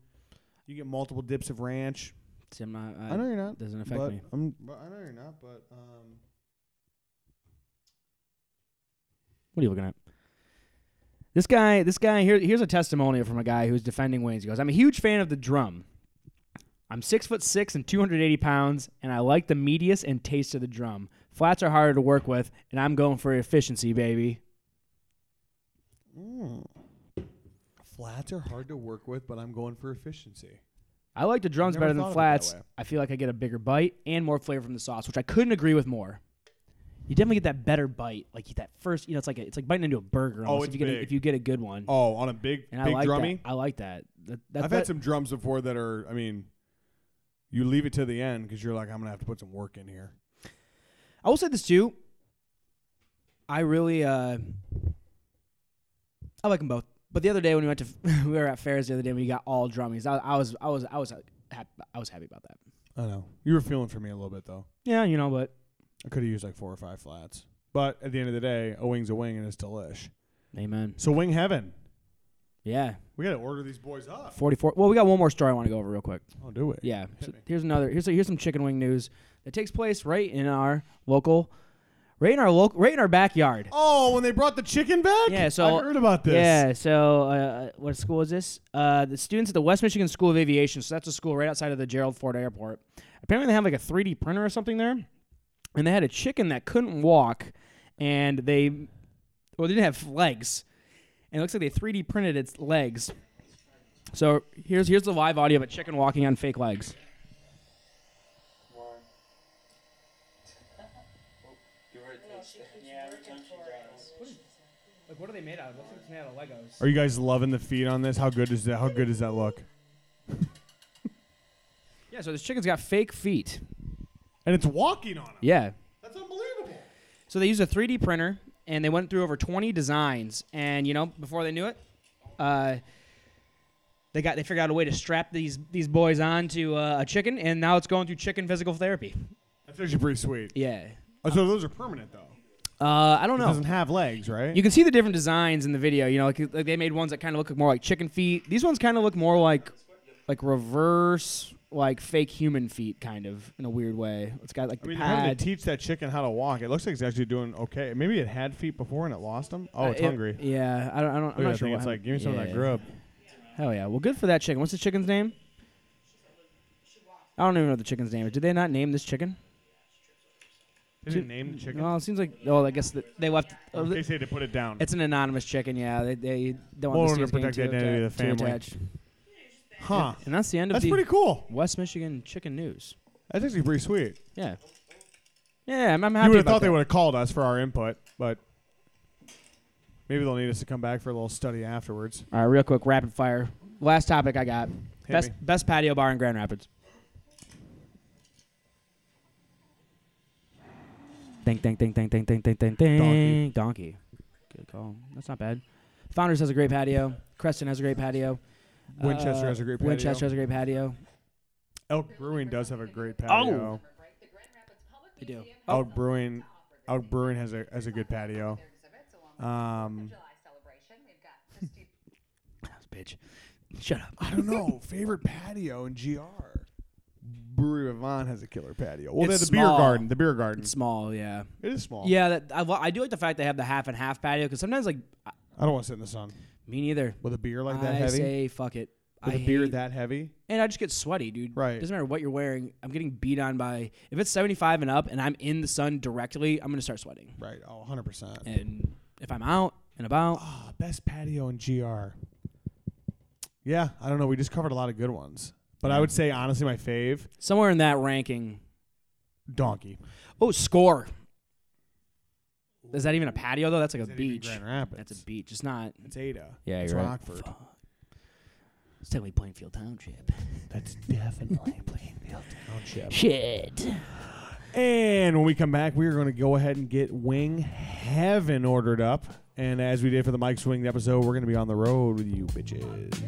Speaker 2: You get multiple dips of ranch.
Speaker 1: See, I'm not. I,
Speaker 2: I know you're not.
Speaker 1: doesn't affect
Speaker 2: but
Speaker 1: me.
Speaker 2: I'm, but I know you're not. But um,
Speaker 1: What are you looking at? This guy, this guy here, here's a testimonial from a guy who's defending Wayne's. He goes, "I'm a huge fan of the drum. I'm six foot six and 280 pounds, and I like the meatiest and taste of the drum. Flats are harder to work with, and I'm going for efficiency, baby.
Speaker 2: flats are hard to work with, but I'm going for efficiency.
Speaker 1: I like the drums
Speaker 2: Never
Speaker 1: better
Speaker 2: thought
Speaker 1: than
Speaker 2: of it that
Speaker 1: flats.
Speaker 2: way.
Speaker 1: I feel like I get a bigger bite and more flavor from the sauce, which I couldn't agree with more. You definitely get that better bite, like that first. You know, it's like a, it's like biting into a burger. Almost,
Speaker 2: Oh, it's
Speaker 1: if you get a,
Speaker 2: big.
Speaker 1: if you get a good one.
Speaker 2: Oh, on a big
Speaker 1: and
Speaker 2: big
Speaker 1: I like
Speaker 2: drummy.
Speaker 1: that. I like that. That- that-
Speaker 2: I've
Speaker 1: that-
Speaker 2: had some drums before that are. I mean, you leave it to the end because you're like, I'm gonna have to put some work in here.
Speaker 1: I will say this too. I really uh, I like them both. But the other day when we went to we were at fairs the other day and we got all drummies. I, I was I was I was uh, hap I was happy about that.
Speaker 2: I know you were feeling for me a little bit though.
Speaker 1: Yeah, you know, but
Speaker 2: I could have used like four or five flats, but at the end of the day, a wing's a wing and it's delish.
Speaker 1: amen.
Speaker 2: So wing heaven.
Speaker 1: Yeah,
Speaker 2: We gotta order these boys up.
Speaker 1: forty four. Well, we got one more story I want to go over real quick.
Speaker 2: Oh, do it.
Speaker 1: Yeah. So
Speaker 2: Hit me.
Speaker 1: here's another. Here's here's some chicken wing news that takes place right in our local, right in our local, right in our backyard.
Speaker 2: Oh, when they brought the chicken back?
Speaker 1: Yeah, so-
Speaker 2: I heard about this.
Speaker 1: Yeah. So, uh, what school is this? Uh, the students at the West Michigan School of Aviation. So that's a school right outside of the Gerald Ford Airport. Apparently, they have like a 3D printer or something there, and they had a chicken that couldn't walk, and they, well, they didn't have legs, and it looks like they 3D printed its legs. So here's here's the live audio of a chicken walking on fake legs. Like, what are they made out of? Looks like made out of Legos.
Speaker 2: Are you guys loving the feed on this? How good is that? How good does that look?
Speaker 1: Yeah, so this chicken's got fake feet.
Speaker 2: And it's walking on it.
Speaker 1: Yeah.
Speaker 2: That's unbelievable.
Speaker 1: So they used a 3D printer and they went through over 20 designs. And you know, before they knew it, uh, they got they figured out a way to strap these these boys onto uh, a chicken, and now it's going through chicken physical therapy.
Speaker 2: That's actually pretty sweet.
Speaker 1: Yeah.
Speaker 2: Oh, so those are permanent though.
Speaker 1: Uh, I don't
Speaker 2: It
Speaker 1: know.
Speaker 2: doesn't have legs, right?
Speaker 1: You can see the different designs in the video. You know, like, like they made ones that kind of look more like chicken feet. These ones kind of look more like like reverse, like fake human feet, kind of in a weird way. It's got like
Speaker 2: I
Speaker 1: the
Speaker 2: mean, they're having
Speaker 1: pad.
Speaker 2: to teach that chicken how to walk. It looks like it's actually doing okay. Maybe it had feet before and it lost them. Oh,
Speaker 1: Uh,
Speaker 2: it's
Speaker 1: it-
Speaker 2: hungry. Oh,
Speaker 1: Yeah, I don't. I don't I'm
Speaker 2: Look at
Speaker 1: not
Speaker 2: that
Speaker 1: sure.
Speaker 2: thing.
Speaker 1: what
Speaker 2: It's like,
Speaker 1: happened.
Speaker 2: give me some of
Speaker 1: Yeah.
Speaker 2: that grub.
Speaker 1: Hell yeah. Well, good for that chicken. What's the chicken's name? I don't even know what the chicken's name. is. Did they not name this chicken?
Speaker 2: Did it name the chicken?
Speaker 1: Well, it seems like. Oh, I guess that they left. oh,
Speaker 2: In case they had to put it down.
Speaker 1: it's an anonymous chicken. Yeah, they, they don't
Speaker 2: Well,
Speaker 1: want
Speaker 2: in
Speaker 1: the
Speaker 2: order to protect the identity of the family. huh.
Speaker 1: And that's the end of
Speaker 2: That's
Speaker 1: the
Speaker 2: pretty cool.
Speaker 1: West Michigan chicken news.
Speaker 2: That's actually pretty sweet.
Speaker 1: Yeah. Yeah, I'm, I'm happy
Speaker 2: You would have
Speaker 1: about
Speaker 2: thought
Speaker 1: that.
Speaker 2: they would have called us for our input, but maybe they'll need us to come back for a little study afterwards.
Speaker 1: All right, real quick, rapid fire. Last topic I got. best
Speaker 2: me.
Speaker 1: best patio bar in Grand Rapids. Ding ding ding ding ding ding ding ding ding.
Speaker 2: Donkey.
Speaker 1: Donkey. Good call. That's not bad. Founders has a great patio. Creston has a great patio.
Speaker 2: Winchester
Speaker 1: Uh,
Speaker 2: has a great patio.
Speaker 1: Winchester has a great patio.
Speaker 2: Elk Brewing does have a
Speaker 1: Oh.
Speaker 2: great patio.
Speaker 1: They do. Oh,
Speaker 2: Elk Brewing, Elk Brewing has a has a good patio. Um,
Speaker 1: Bitch. Shut up.
Speaker 2: I don't know. Favorite patio in GR. Brewery Avon has a killer patio. Well, they
Speaker 1: It's
Speaker 2: have the beer
Speaker 1: small.
Speaker 2: garden. The beer garden.
Speaker 1: It's small, yeah.
Speaker 2: It is small.
Speaker 1: Yeah, that, I, lo- I do like the fact they have the half and half patio because sometimes, like, I-
Speaker 2: I don't want to sit in the sun
Speaker 1: me neither.
Speaker 2: with a beer like
Speaker 1: I
Speaker 2: that heavy.
Speaker 1: say fuck it.
Speaker 2: with
Speaker 1: I
Speaker 2: a beer
Speaker 1: hate-
Speaker 2: that heavy.
Speaker 1: and I just get sweaty, dude.
Speaker 2: Right.
Speaker 1: Doesn't matter what you're wearing. I'm getting beat on by if it's 75 and up, and I'm in the sun directly. I'm gonna start sweating.
Speaker 2: Right. Oh, 100 percent.
Speaker 1: And if I'm out and about,
Speaker 2: Ah, best patio in GR. Yeah, I don't know. We just covered a lot of good ones, but I would say honestly, my fave
Speaker 1: somewhere in that ranking.
Speaker 2: Donkey.
Speaker 1: Oh, score. Is that even a patio though? That's like a beach.
Speaker 2: Grand Rapids.
Speaker 1: That's a beach. It's not.
Speaker 2: It's Ada.
Speaker 1: Yeah,
Speaker 2: it's
Speaker 1: you're right.
Speaker 2: Rockford.
Speaker 1: It's technically Plainfield Township.
Speaker 2: That's definitely Plainfield Township.
Speaker 1: Shit.
Speaker 2: And when we come back, we are going to go ahead and get Wing Heaven ordered up. And as we did for the Mike's Winged episode, we're going to be on the road with you bitches.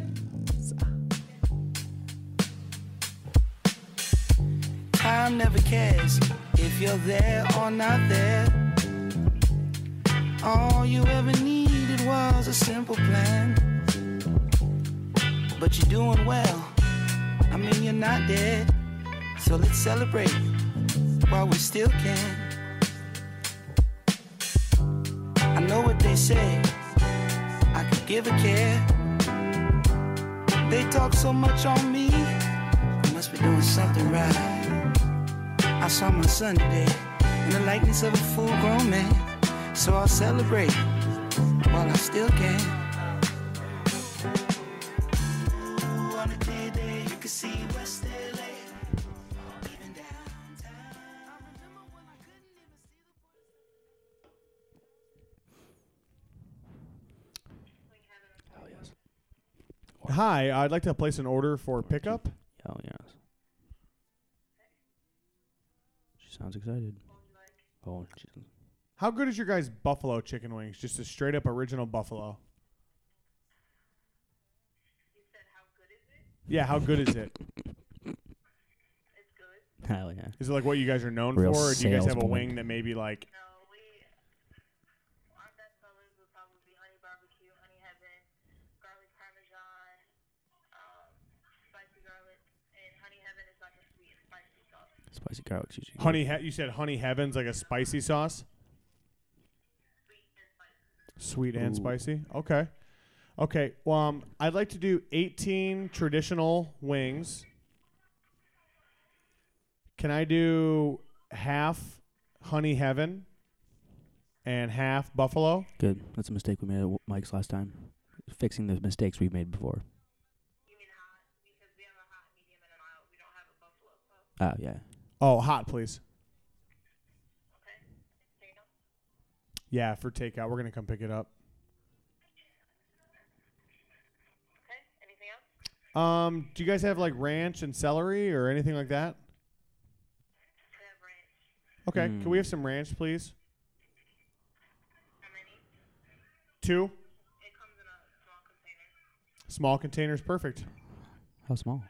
Speaker 3: Time never cares if you're there or not there. All you ever needed was a simple plan. But you're doing well. I mean, you're not dead. So let's celebrate while we still can. I know what they say. I could give a care. They talk so much on me. I must be doing something right. I saw my son today in the likeness of a full grown man. So I'll celebrate while I still can. On a clear day, you can see West LA, even downtown. I remember when I couldn't even see the boys.
Speaker 1: Oh yes.
Speaker 2: Hi, I'd like to place an order for pickup.
Speaker 1: Oh yes. She sounds excited. Oh, she doesn't.
Speaker 2: How good is your guys' buffalo chicken wings? Just a straight up original buffalo. Yeah, how good is it?
Speaker 1: Hell yeah.
Speaker 2: Is it like what you guys are known
Speaker 1: Real
Speaker 2: for, or do you guys have a
Speaker 1: salesman.
Speaker 2: wing that maybe like?
Speaker 4: No, we our best sellers would probably be honey barbecue, honey heaven, garlic parmesan, um, spicy garlic, and honey heaven is like a sweet and spicy sauce.
Speaker 1: Spicy garlic cheese.
Speaker 2: Honey, he- you said honey heavens like a spicy sauce. Sweet and spicy. Okay, okay. Well, um, I'd like to do eighteen traditional wings, Can I do half honey heaven and half buffalo?
Speaker 5: Good. That's a mistake we made at w- Mike's last time. Fixing the mistakes we've made before.
Speaker 4: You mean hot? Because we have a hot, medium, and a mild. We don't have a buffalo. So,
Speaker 5: Ah, yeah.
Speaker 2: Oh, hot, please.
Speaker 4: okay. There you go.
Speaker 2: Yeah, for takeout. We're gonna come pick it up.
Speaker 4: Okay. Anything else?
Speaker 2: Um, do you guys have like ranch and celery or anything like that?
Speaker 4: We have ranch.
Speaker 2: Okay, can we have some ranch, please?
Speaker 4: How many?
Speaker 2: Two
Speaker 4: It comes in a small container.
Speaker 2: small containers, perfect.
Speaker 5: How small?
Speaker 4: How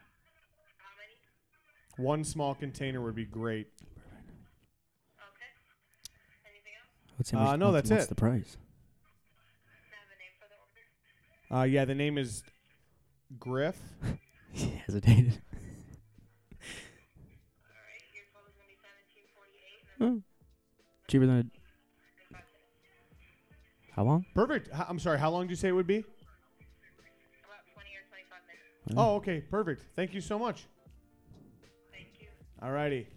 Speaker 4: many?
Speaker 2: One small container would be great.
Speaker 4: Okay. Anything else?
Speaker 5: What's the-
Speaker 2: Uh, no,
Speaker 5: what's-
Speaker 2: that's
Speaker 5: what's
Speaker 2: it.
Speaker 5: the price?
Speaker 4: Do I have a name for the order?
Speaker 2: Uh, yeah, the name is Griff.
Speaker 5: he hesitated.
Speaker 4: All right. Your total is going to be 1748 and
Speaker 5: Cheaper than a. How long?
Speaker 2: Perfect. H- I'm sorry. How long do you say it would be?
Speaker 4: about 20 or 25 minutes.
Speaker 2: Oh, okay, perfect. Thank you so much.
Speaker 4: Thank you.
Speaker 2: All righty.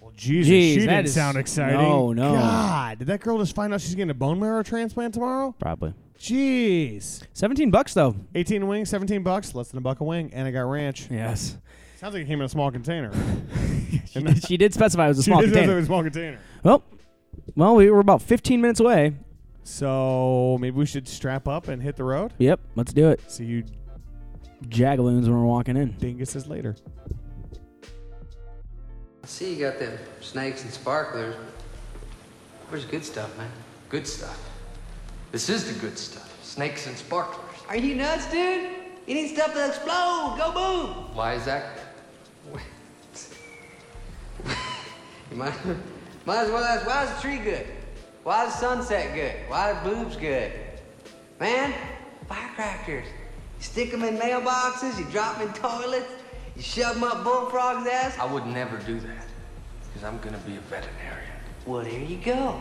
Speaker 2: Well, Jesus,
Speaker 1: Jeez, that
Speaker 2: she didn't
Speaker 1: is-
Speaker 2: sound exciting.
Speaker 5: no, no.
Speaker 2: God, did that girl just find out she's getting a bone marrow transplant tomorrow?
Speaker 5: Probably.
Speaker 2: Jeez.
Speaker 1: 17 bucks though.
Speaker 2: 18 wings, 17 bucks, less than a buck a wing, and I got ranch.
Speaker 1: Yes.
Speaker 2: Sounds like it came in a small container.
Speaker 1: She did, she did specify it was a small
Speaker 2: She did say it
Speaker 1: container.
Speaker 2: was a small container.
Speaker 1: Well, well, we were about 15 minutes away.
Speaker 2: So maybe we should strap up and hit the road.
Speaker 5: Yep. Let's do it.
Speaker 2: See you
Speaker 5: Jagaloons when we're walking in.
Speaker 2: dinguses later.
Speaker 6: See, you got them snakes and sparklers. Where's good stuff, man?
Speaker 7: Good stuff. This is the good stuff. Snakes and sparklers.
Speaker 6: Are you nuts, dude? You need stuff to explode. Go boom.
Speaker 7: Why is that?
Speaker 6: You might, might as well ask, why is the tree good? Why is sunset good? Why are boobs good? Man, firecrackers. You stick them in mailboxes, you drop 'em in toilets, you shove 'em up bullfrog's ass.
Speaker 7: I would never do that. Because I'm going to be a veterinarian.
Speaker 6: Well, there you go.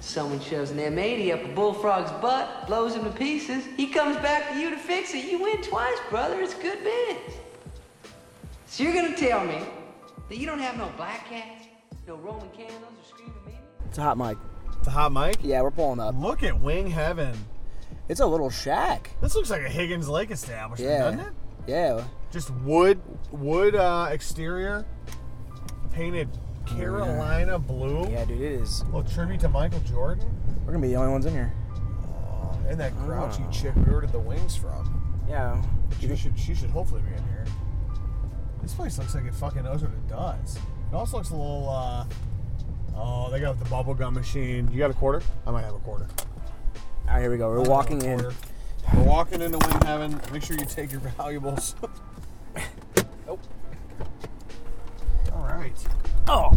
Speaker 6: Someone shoves an M80 up a bullfrog's butt, blows him to pieces. He comes back to you to fix it. You win twice, brother. It's good biz. So you're gonna tell me that you don't have no black cats, no Roman candles, or screaming babies?
Speaker 8: It's a hot mic.
Speaker 2: It's a hot mic.
Speaker 8: Yeah, we're pulling up.
Speaker 2: Look at Wing Heaven.
Speaker 8: It's a little shack.
Speaker 2: This looks like a Higgins Lake establishment,
Speaker 8: Yeah.
Speaker 2: doesn't it?
Speaker 8: Yeah.
Speaker 2: Just wood, wood uh, exterior, painted Carolina blue.
Speaker 8: Yeah, dude, it is.
Speaker 2: Little tribute to Michael Jordan
Speaker 8: We're gonna be the only ones in here.
Speaker 2: and that grouchy chick we ordered the wings from.
Speaker 8: Yeah.
Speaker 2: She should, she should hopefully be in here. This place looks like it fucking knows what it does. It also looks a little. uh... Oh, they got the bubble gum machine. You got a quarter? I might have a quarter.
Speaker 8: All right, here we go. We're walking in.
Speaker 2: We're walking into Wind Heaven. Make sure you take your valuables. oh. All right.
Speaker 8: Oh.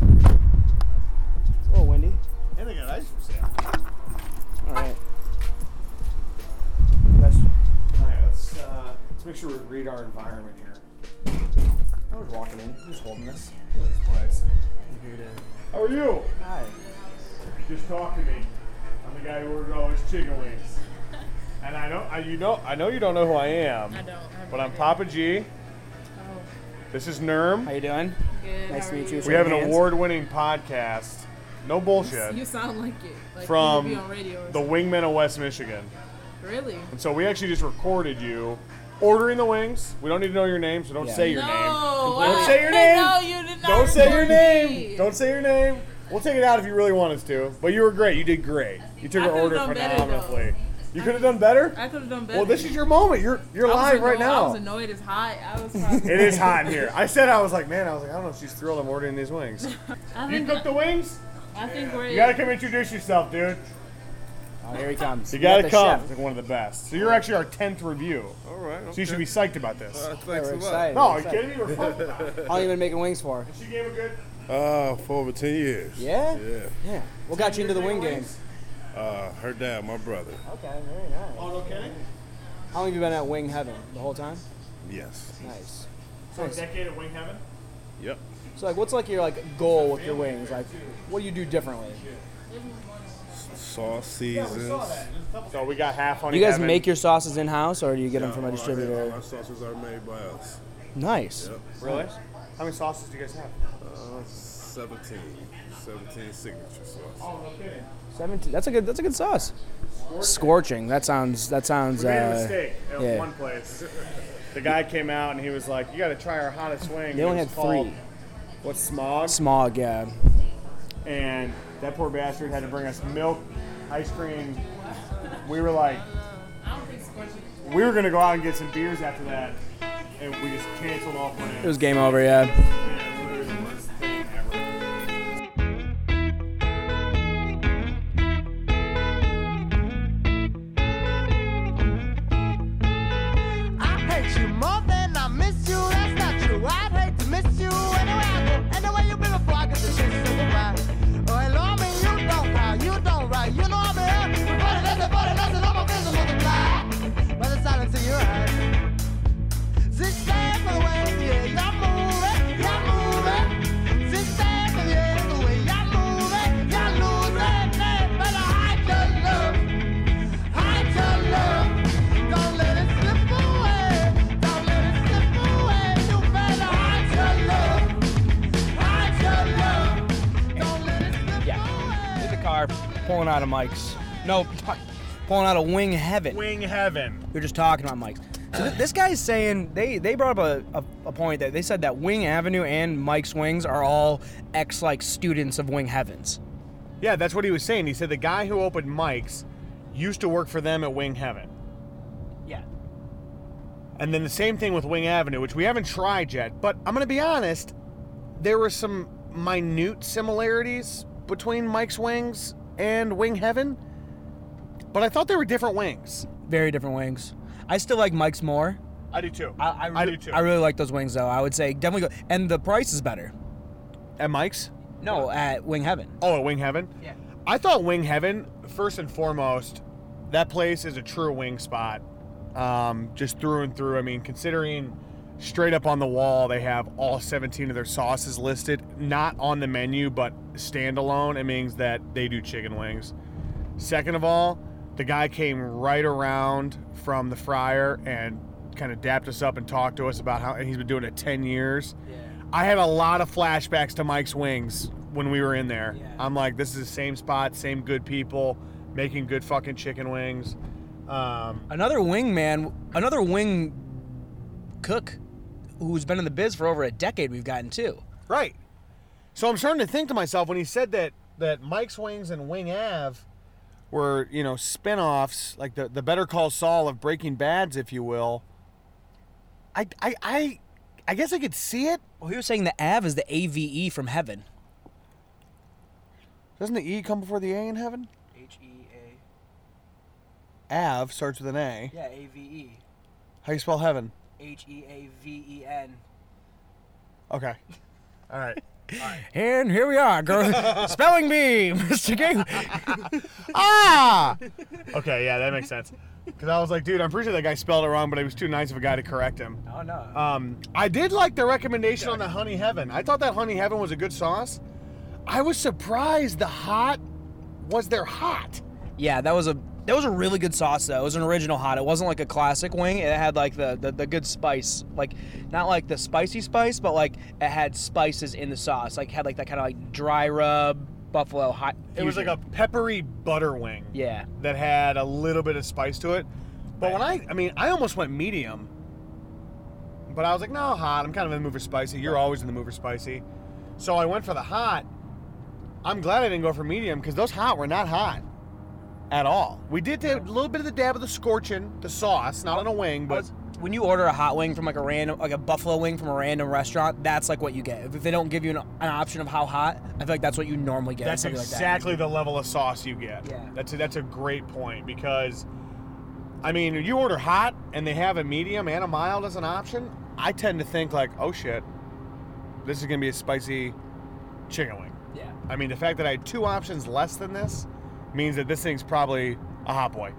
Speaker 8: It's a little windy.
Speaker 2: And they got ice for sale.
Speaker 8: All right. That's,
Speaker 2: All right, let's, uh, let's make sure we read our environment here.
Speaker 8: I was walking in, just holding this.
Speaker 2: Look at this place. How are you?
Speaker 8: Hi.
Speaker 2: Just talk to me. I'm the guy who ordered all his chicken wings. And I don't, I, you know, I know you don't know who I am. I
Speaker 9: don't.
Speaker 2: But I'm Papa G. Oh. This is Nerm.
Speaker 8: How you doing?
Speaker 9: Good.
Speaker 8: Nice
Speaker 9: how
Speaker 8: to
Speaker 9: are
Speaker 8: meet you.
Speaker 9: you?
Speaker 2: We have an
Speaker 8: Hands.
Speaker 2: award-winning podcast. No bullshit.
Speaker 9: You sound like it. Like
Speaker 2: From
Speaker 9: you could be on radio. Or
Speaker 2: the Wingmen of West Michigan.
Speaker 9: something. really?
Speaker 2: And so we actually just recorded you ordering the wings. We don't need to know your name, so don't
Speaker 8: Yeah.
Speaker 2: say your
Speaker 9: no,
Speaker 2: name.
Speaker 9: why?
Speaker 2: Don't say your name.
Speaker 9: No, you did not.
Speaker 2: Don't say your
Speaker 9: record
Speaker 2: name.
Speaker 9: me.
Speaker 2: Don't say your name. We'll take it out if you really want us to. But you were great. You did great. You took our
Speaker 9: I could've
Speaker 2: order
Speaker 9: done better, though.
Speaker 2: phenomenally. You could have done better.
Speaker 9: I could have done better.
Speaker 2: Well, this is your moment. You're you're
Speaker 9: I was
Speaker 2: live right
Speaker 9: annoyed- I was
Speaker 2: now.
Speaker 9: annoyed as high. I was. Probably,
Speaker 2: It is hot in here. I said I was like, man. I was like, I don't know if she's thrilled. I'm ordering these wings.
Speaker 9: I
Speaker 2: You
Speaker 9: think,
Speaker 2: cooked the wings.
Speaker 9: I think we're.
Speaker 2: You gotta come introduce yourself, dude.
Speaker 8: Oh, here he comes.
Speaker 2: You
Speaker 8: We got
Speaker 2: gotta
Speaker 8: the
Speaker 2: come.
Speaker 8: chef.
Speaker 2: It's like one of the best. So you're actually our tenth review.
Speaker 10: All right.
Speaker 2: So you should be psyched about this.
Speaker 8: Yeah,
Speaker 10: thanks
Speaker 8: we're excited.
Speaker 2: No,
Speaker 8: we're
Speaker 2: are you
Speaker 8: excited.
Speaker 2: kidding me? We're fucked about it.
Speaker 8: How long you been making wings for?
Speaker 2: She gave a good.
Speaker 10: Uh, for over 10 years.
Speaker 8: Yeah?
Speaker 10: Yeah.
Speaker 8: Yeah. What got you into the wing game?
Speaker 10: Uh, her dad, my brother.
Speaker 8: Okay, very nice.
Speaker 2: Oh, no kidding?
Speaker 8: How long have you been at Wing Heaven? The whole time?
Speaker 10: Yes.
Speaker 8: Nice.
Speaker 2: So a decade at Wing Heaven?
Speaker 10: Yep.
Speaker 8: So like, what's like your like goal with your wings? Like, what do you do differently?
Speaker 10: sauce seasons.
Speaker 2: So we got half
Speaker 1: Do you guys make your sauces in house, or do you get them from a distributor?
Speaker 10: Our sauces are made by us.
Speaker 1: Nice.
Speaker 10: Yep.
Speaker 2: Really? How many sauces do you guys have?
Speaker 10: Uh, 17. 17 signature sauces.
Speaker 2: Oh,
Speaker 1: Uh, Seventeen. That's a good. That's a good sauce. Scorching. That sounds. That sounds.
Speaker 2: We made a
Speaker 1: uh,
Speaker 2: mistake at
Speaker 1: yeah.
Speaker 2: one place. The guy came out and he was like, "You got to try our hottest wing."
Speaker 1: They only had
Speaker 2: called,
Speaker 1: three.
Speaker 2: What smog?
Speaker 1: Smog. Yeah.
Speaker 2: And that poor bastard had to bring us milk, ice cream. We were like, we were gonna go out and get some beers after that, and we just canceled all plans.
Speaker 1: It was game over. Yeah.
Speaker 2: Man, literally the worst thing ever.
Speaker 6: I hate you more than I miss you. That's not true. I'd hate to miss you anyway I go. Anyway you been before I get the shit to the right. Oh, hello, I mean, you don't cry, you don't write. You know I'm here. But it doesn't, but it doesn't, I'm a business multiply. By the silence in your eyes. Six days for the way, yeah, y'all moving, y'all moving. Six days for yeah, the way y'all moving, y'all losing. Hey, better hide your love, hide your love. Don't let it slip away, don't let it slip away. You better hide your love, hide your love. Don't let it slip away.
Speaker 1: In the car, pulling out of mics. No, pulling out of Wing Heaven.
Speaker 2: Wing heaven.
Speaker 1: We are just talking about Mike's. So th- this guy is saying they they brought up a, a, a point that they said that Wing Avenue and Mike's Wings are all ex like students of Wing Heavens.
Speaker 2: Yeah, that's what he was saying. He said the guy who opened Mike's used to work for them at Wing Heaven.
Speaker 1: Yeah.
Speaker 2: And then the same thing with Wing Avenue, which we haven't tried yet. But I'm going to be honest, there were some minute similarities between Mike's Wings and Wing Heaven. But I thought they were different wings.
Speaker 1: Very different wings. I still like Mike's more.
Speaker 2: I do too.
Speaker 1: I, I, re- I really like those wings though. I would say definitely go. And the price is better.
Speaker 2: at Mike's?
Speaker 1: No, at Wing Heaven.
Speaker 2: Oh, at Wing Heaven?
Speaker 1: Yeah.
Speaker 2: I thought Wing Heaven, first and foremost, that place is a true wing spot. Um, just through and through. I mean, considering straight up on the wall, they have all 17 of their sauces listed, not on the menu, but standalone. It means that they do chicken wings. Second of all, the guy came right around from the fryer and kind of dapped us up and talked to us about how and he's been doing it 10 years. I had a lot of flashbacks to Mike's Wings when we were in there. I'm like, this is the same spot, same good people, making good fucking chicken wings. Um,
Speaker 1: Another wing man, another wing cook, who's been in the biz for over a decade. We've gotten too.
Speaker 2: right. So I'm starting to think to myself when he said that that Mike's Wings and Wing Ave were, you know, spin-offs, like the, the Better Call Saul of Breaking Bad's, if you will. I I I, I guess I could see it.
Speaker 1: Well, he was saying the Av is the A V E from heaven.
Speaker 2: Doesn't the E come before the A in heaven?
Speaker 1: H E A.
Speaker 2: Av starts with an A.
Speaker 1: Yeah, A V E.
Speaker 2: How you spell heaven?
Speaker 1: H E A V E N.
Speaker 2: Okay. All right.
Speaker 1: And here we are, girl. Spelling bee, Mr. King.
Speaker 2: ah! Okay, yeah, that makes sense. Because I was like, dude, I'm pretty sure that guy spelled it wrong, but it was too nice of a guy to correct him.
Speaker 1: Oh no.
Speaker 2: Um, I did like the recommendation on the Honey Heaven. I thought that Honey Heaven was a good sauce. I was surprised the hot was there hot.
Speaker 1: Yeah, that was a that was a really good sauce though. It was an original hot. It wasn't like a classic wing. It had like the the, the good spice, like not like the spicy spice, but like it had spices in the sauce. Like had like that kind of like dry rub buffalo hot.
Speaker 2: It was like a
Speaker 1: fusion.
Speaker 2: peppery butter wing
Speaker 1: yeah.
Speaker 2: that had a little bit of spice to it. But when I, I mean, I almost went medium. But I was like, no, hot. I'm kind of in the mood for spicy. You're always in the mood for spicy. So I went for the hot. I'm glad I didn't go for medium because those hot were not hot at all. We did do a little bit of the dab of the scorching, the sauce, not on a wing, but
Speaker 1: when you order a hot wing from like a random like a buffalo wing from a random restaurant that's like what you get if they don't give you an, an option of how hot i feel like that's what you normally get
Speaker 2: That's
Speaker 1: something
Speaker 2: exactly the level of sauce you get.
Speaker 1: Yeah.
Speaker 2: That's a, that's a great point because, I mean, you order hot and they have a medium and a mild as an option. I tend to think like, oh shit, this is gonna be a spicy chicken wing.
Speaker 1: like that yeah
Speaker 2: I mean, the fact that I had two options less than this means that this thing's probably a hot boy.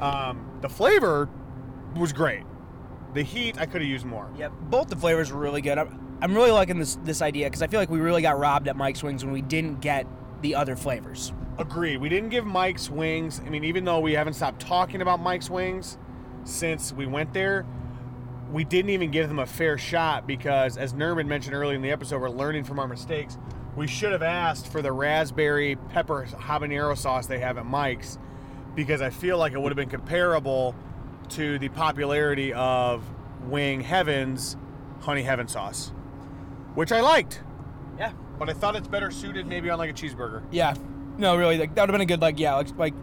Speaker 2: Um, the flavor was great. The heat I could have used more.
Speaker 1: yep both the flavors are really good i'm, I'm really liking this this idea because i feel like we really got robbed at mike's wings when we didn't get the other flavors
Speaker 2: Agreed. We didn't give Mike's wings. I mean, even though we haven't stopped talking about Mike's wings since we went there, we didn't even give them a fair shot because, as Nerman mentioned earlier in the episode, we're learning from our mistakes. We should have asked for the raspberry pepper habanero sauce they have at Mike's because I feel like it would have been comparable to the popularity of Wing Heaven's honey heaven sauce, which I liked.
Speaker 1: Yeah.
Speaker 2: But I thought it's better suited maybe on like a cheeseburger.
Speaker 1: Yeah. No, really, like that would have been a good like yeah, like like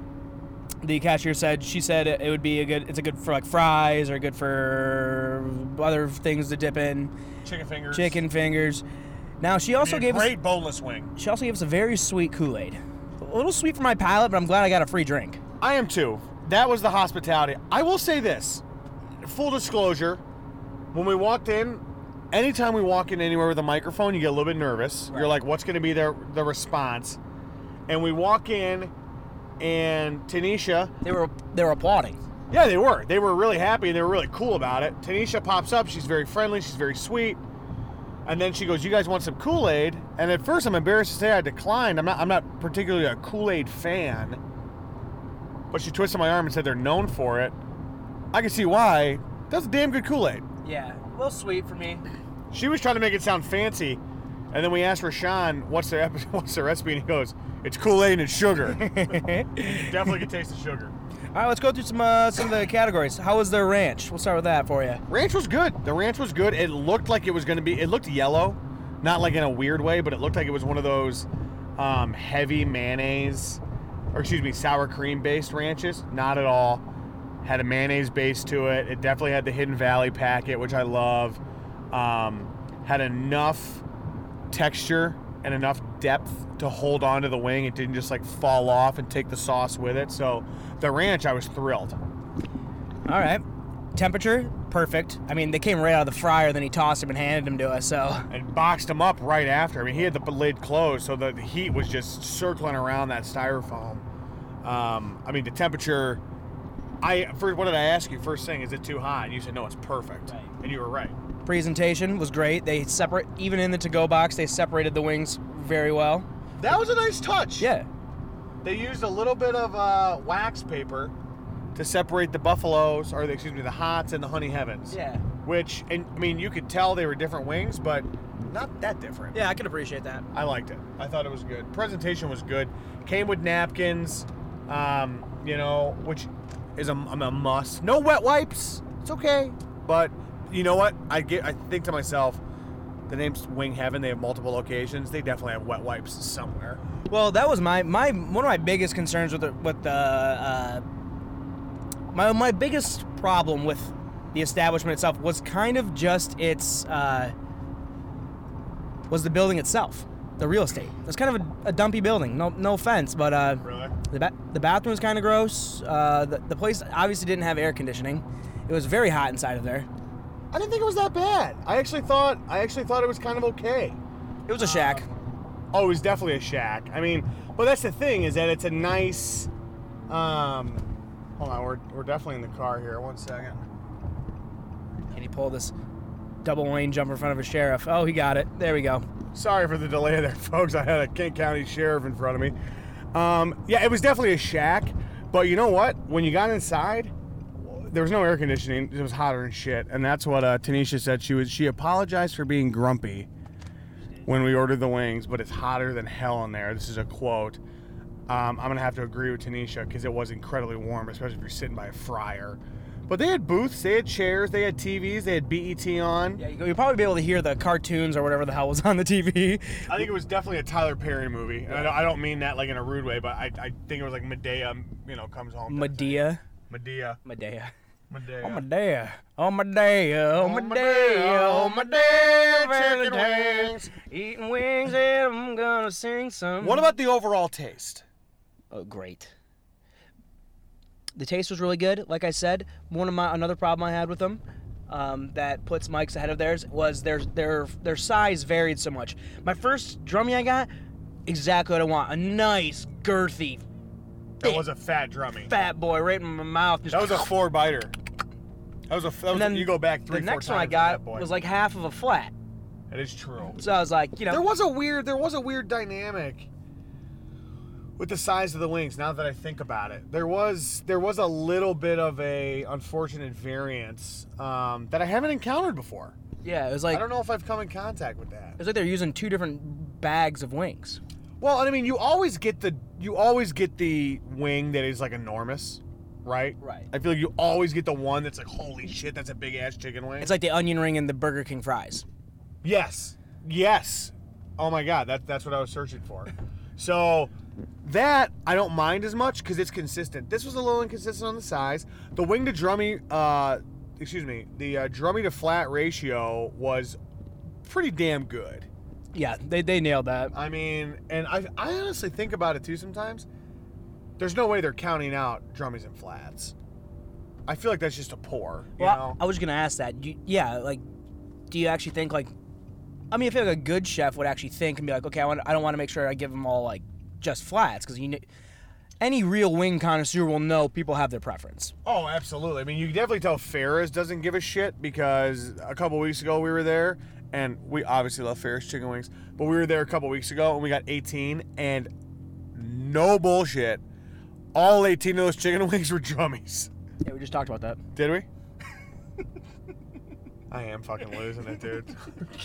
Speaker 1: the cashier said she said it, it would be a good it's a good for like fries or good for other things to dip in.
Speaker 2: Chicken fingers.
Speaker 1: Chicken fingers. Now she also
Speaker 2: Be a
Speaker 1: gave us
Speaker 2: great boneless wing.
Speaker 1: she also gave us a very sweet Kool-Aid. A little sweet for my palate, but I'm glad I got a free drink.
Speaker 2: I am too. That was the hospitality. I will say this full disclosure when we walked in, anytime we walk in anywhere with a microphone, you get a little bit nervous. You're like, what's going to be their, the response? And we walk in, and Tanisha.
Speaker 1: They were they were applauding.
Speaker 2: Yeah, they were. They were really happy and they were really cool about it. Tanisha pops up. She's very friendly. She's very sweet. And then she goes, "You guys want some Kool Aid?" And at first, I'm embarrassed to say I declined. I'm not. I'm not particularly a Kool Aid fan. But she twisted my arm and said they're known for it. I can see why. That's a damn good Kool Aid.
Speaker 1: Yeah, a little sweet for me.
Speaker 2: She was trying to make it sound fancy, and then we asked Rashawn what's their epi- what's their recipe, and he goes, "It's Kool Aid and sugar." Definitely can taste the sugar.
Speaker 1: All right, let's go through some uh, some of the categories. How was their ranch? We'll start with that for you.
Speaker 2: Ranch was good. The ranch was good. It looked like it was going to be. It looked yellow, not like in a weird way, but it looked like it was one of those um, heavy mayonnaise, or excuse me, sour cream based ranches. Not at all. Had a mayonnaise base to it. It definitely had the Hidden Valley packet, which I love. Um, had enough texture and enough depth to hold on to the wing. It didn't just like fall off and take the sauce with it. So the ranch, I was thrilled.
Speaker 1: All right. Temperature, perfect. I mean, they came right out of the fryer, then he tossed them and handed them to us, so.
Speaker 2: and boxed him up right after. I mean, he had the lid closed, so the, the heat was just circling around that styrofoam. Um, I mean, the temperature. I first, what did I ask you first thing? Is it too hot? And you said no, it's perfect, and you were right.
Speaker 1: Presentation was great. They separate, even in the to go box, they separated the wings very well.
Speaker 2: That was a nice touch.
Speaker 1: Yeah.
Speaker 2: They used a little bit of uh, wax paper to separate the buffaloes, or the, excuse me, the hots and the honey heavens.
Speaker 1: Yeah.
Speaker 2: Which, and I mean, you could tell they were different wings, but not that different.
Speaker 1: Yeah, I can appreciate that.
Speaker 2: I liked it. I thought it was good. Presentation was good. Came with napkins, um, you know, which is a, a must. No wet wipes. It's okay. But you know what? I get. I think to myself, the name's Wing Heaven. They have multiple locations. They definitely have wet wipes somewhere.
Speaker 1: Well, that was my, my one of my biggest concerns with the, with the uh, my my biggest problem with the establishment itself was kind of just its uh, was the building itself, the real estate. It's kind of a, a dumpy building. No no offense, but uh, the ba- the bathroom was kind of gross. Uh, the, the place obviously didn't have air conditioning. It was very hot inside of there.
Speaker 2: I didn't think it was that bad. I actually thought. I actually thought it was kind of okay.
Speaker 1: It was a shack.
Speaker 2: oh, it was definitely a shack. I mean, but that's the thing is that it's a nice. Um, hold on, we're we're definitely in the car here. One second.
Speaker 1: And he pulled this double lane jump in front of a sheriff. Oh, he got it. There we go.
Speaker 2: Sorry for the delay there, folks. I had a King County sheriff in front of me. Um, yeah, it was definitely a shack, but you know what? When you got inside, there was no air conditioning. It was hotter than shit, and that's what uh, Tanisha said. She was she apologized for being grumpy when we ordered the wings, but it's hotter than hell in there. This is a quote. Um, I'm gonna have to agree with Tanisha because it was incredibly warm, especially if you're sitting by a fryer. But they had booths, they had chairs, they had TVs, they had BET on.
Speaker 1: Yeah, you'll probably be able to hear the cartoons or whatever the hell was on the TV.
Speaker 2: I think it was definitely a Tyler Perry movie, and I don't- I don't mean that like in a rude way, but I, I think it was like Medea, you know, comes home.
Speaker 1: Medea.
Speaker 2: Medea.
Speaker 1: Medea.
Speaker 2: Medea.
Speaker 1: Oh, Medea. Oh, Medea. Oh, Medea. Oh,
Speaker 2: Medea.
Speaker 1: Valentine's. Eating wings and I'm gonna sing some.
Speaker 2: What about the overall taste?
Speaker 1: Oh, great. The taste was really good. Like I said, one of my another problem I had with them um, that puts Mike's ahead of theirs was their their their size varied so much. My first drummy I got exactly what I want. A nice, girthy,
Speaker 2: That was a fat drummy.
Speaker 1: fat boy right in my mouth. Just
Speaker 2: That was a four biter. That was a. That was
Speaker 1: And then
Speaker 2: a you go back three.
Speaker 1: the next
Speaker 2: four
Speaker 1: one I
Speaker 2: times on
Speaker 1: got
Speaker 2: that boy.
Speaker 1: was like half of a flat.
Speaker 2: That is true.
Speaker 1: So I was like, you know,
Speaker 2: There was a weird. There was a weird dynamic with the size of the wings now that i think about it there was there was a little bit of a unfortunate variance um, that i haven't encountered before
Speaker 1: Yeah, it was like
Speaker 2: i don't know if i've come in contact with that
Speaker 1: It was like they're using two different bags of wings.
Speaker 2: well and i mean you always get the you always get the wing that is like enormous right
Speaker 1: right
Speaker 2: i feel like you always get the one that's like holy shit that's a big ass chicken wing
Speaker 1: It's like the onion ring and the Burger King fries.
Speaker 2: Yes. Yes. Oh my god, that that's what I was searching for. So that I don't mind as much because it's consistent. This was a little inconsistent on the size. The wing to drummy, uh, excuse me, the uh, drummy to flat ratio was pretty damn good.
Speaker 1: Yeah, they, they nailed that.
Speaker 2: I mean, and I I honestly think about it too sometimes. There's no way they're counting out drummies and flats. I feel like that's just a pour. You
Speaker 1: Well,
Speaker 2: know?
Speaker 1: I was gonna ask that. Do you- yeah, like, do you actually think like? I mean, I feel like a good chef would actually think and be like, okay, I, want, I don't want to make sure I give them all like just flats because you know, any real wing connoisseur will know people have their preference.
Speaker 2: Oh, absolutely. I mean, you can definitely tell Ferris doesn't give a shit because a couple weeks ago we were there, and we obviously love Ferris chicken wings, but we were there a couple weeks ago and we got 18, and no bullshit, all 18 of those chicken wings were drummies.
Speaker 1: Yeah, we just talked about that.
Speaker 2: Did we? I am fucking losing it, dude.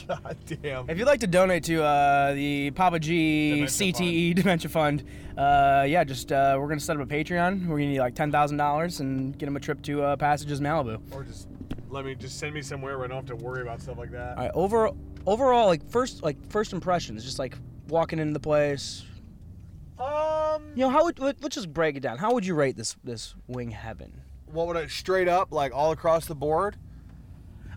Speaker 2: God damn.
Speaker 1: If you'd like to donate to uh, the Papa G CTE Dementia Fund, uh, yeah, just uh, we're gonna set up a Patreon. We're gonna need like ten thousand dollars and get him a trip to uh, Passages Malibu.
Speaker 2: Or just let me just send me somewhere where I don't have to worry about stuff like that.
Speaker 1: All right. Over overall, like first like first impressions, just like walking into the place.
Speaker 2: Um.
Speaker 1: You know how would let, let's just break it down. How would you rate this this wing heaven?
Speaker 2: What would I straight up like all across the board?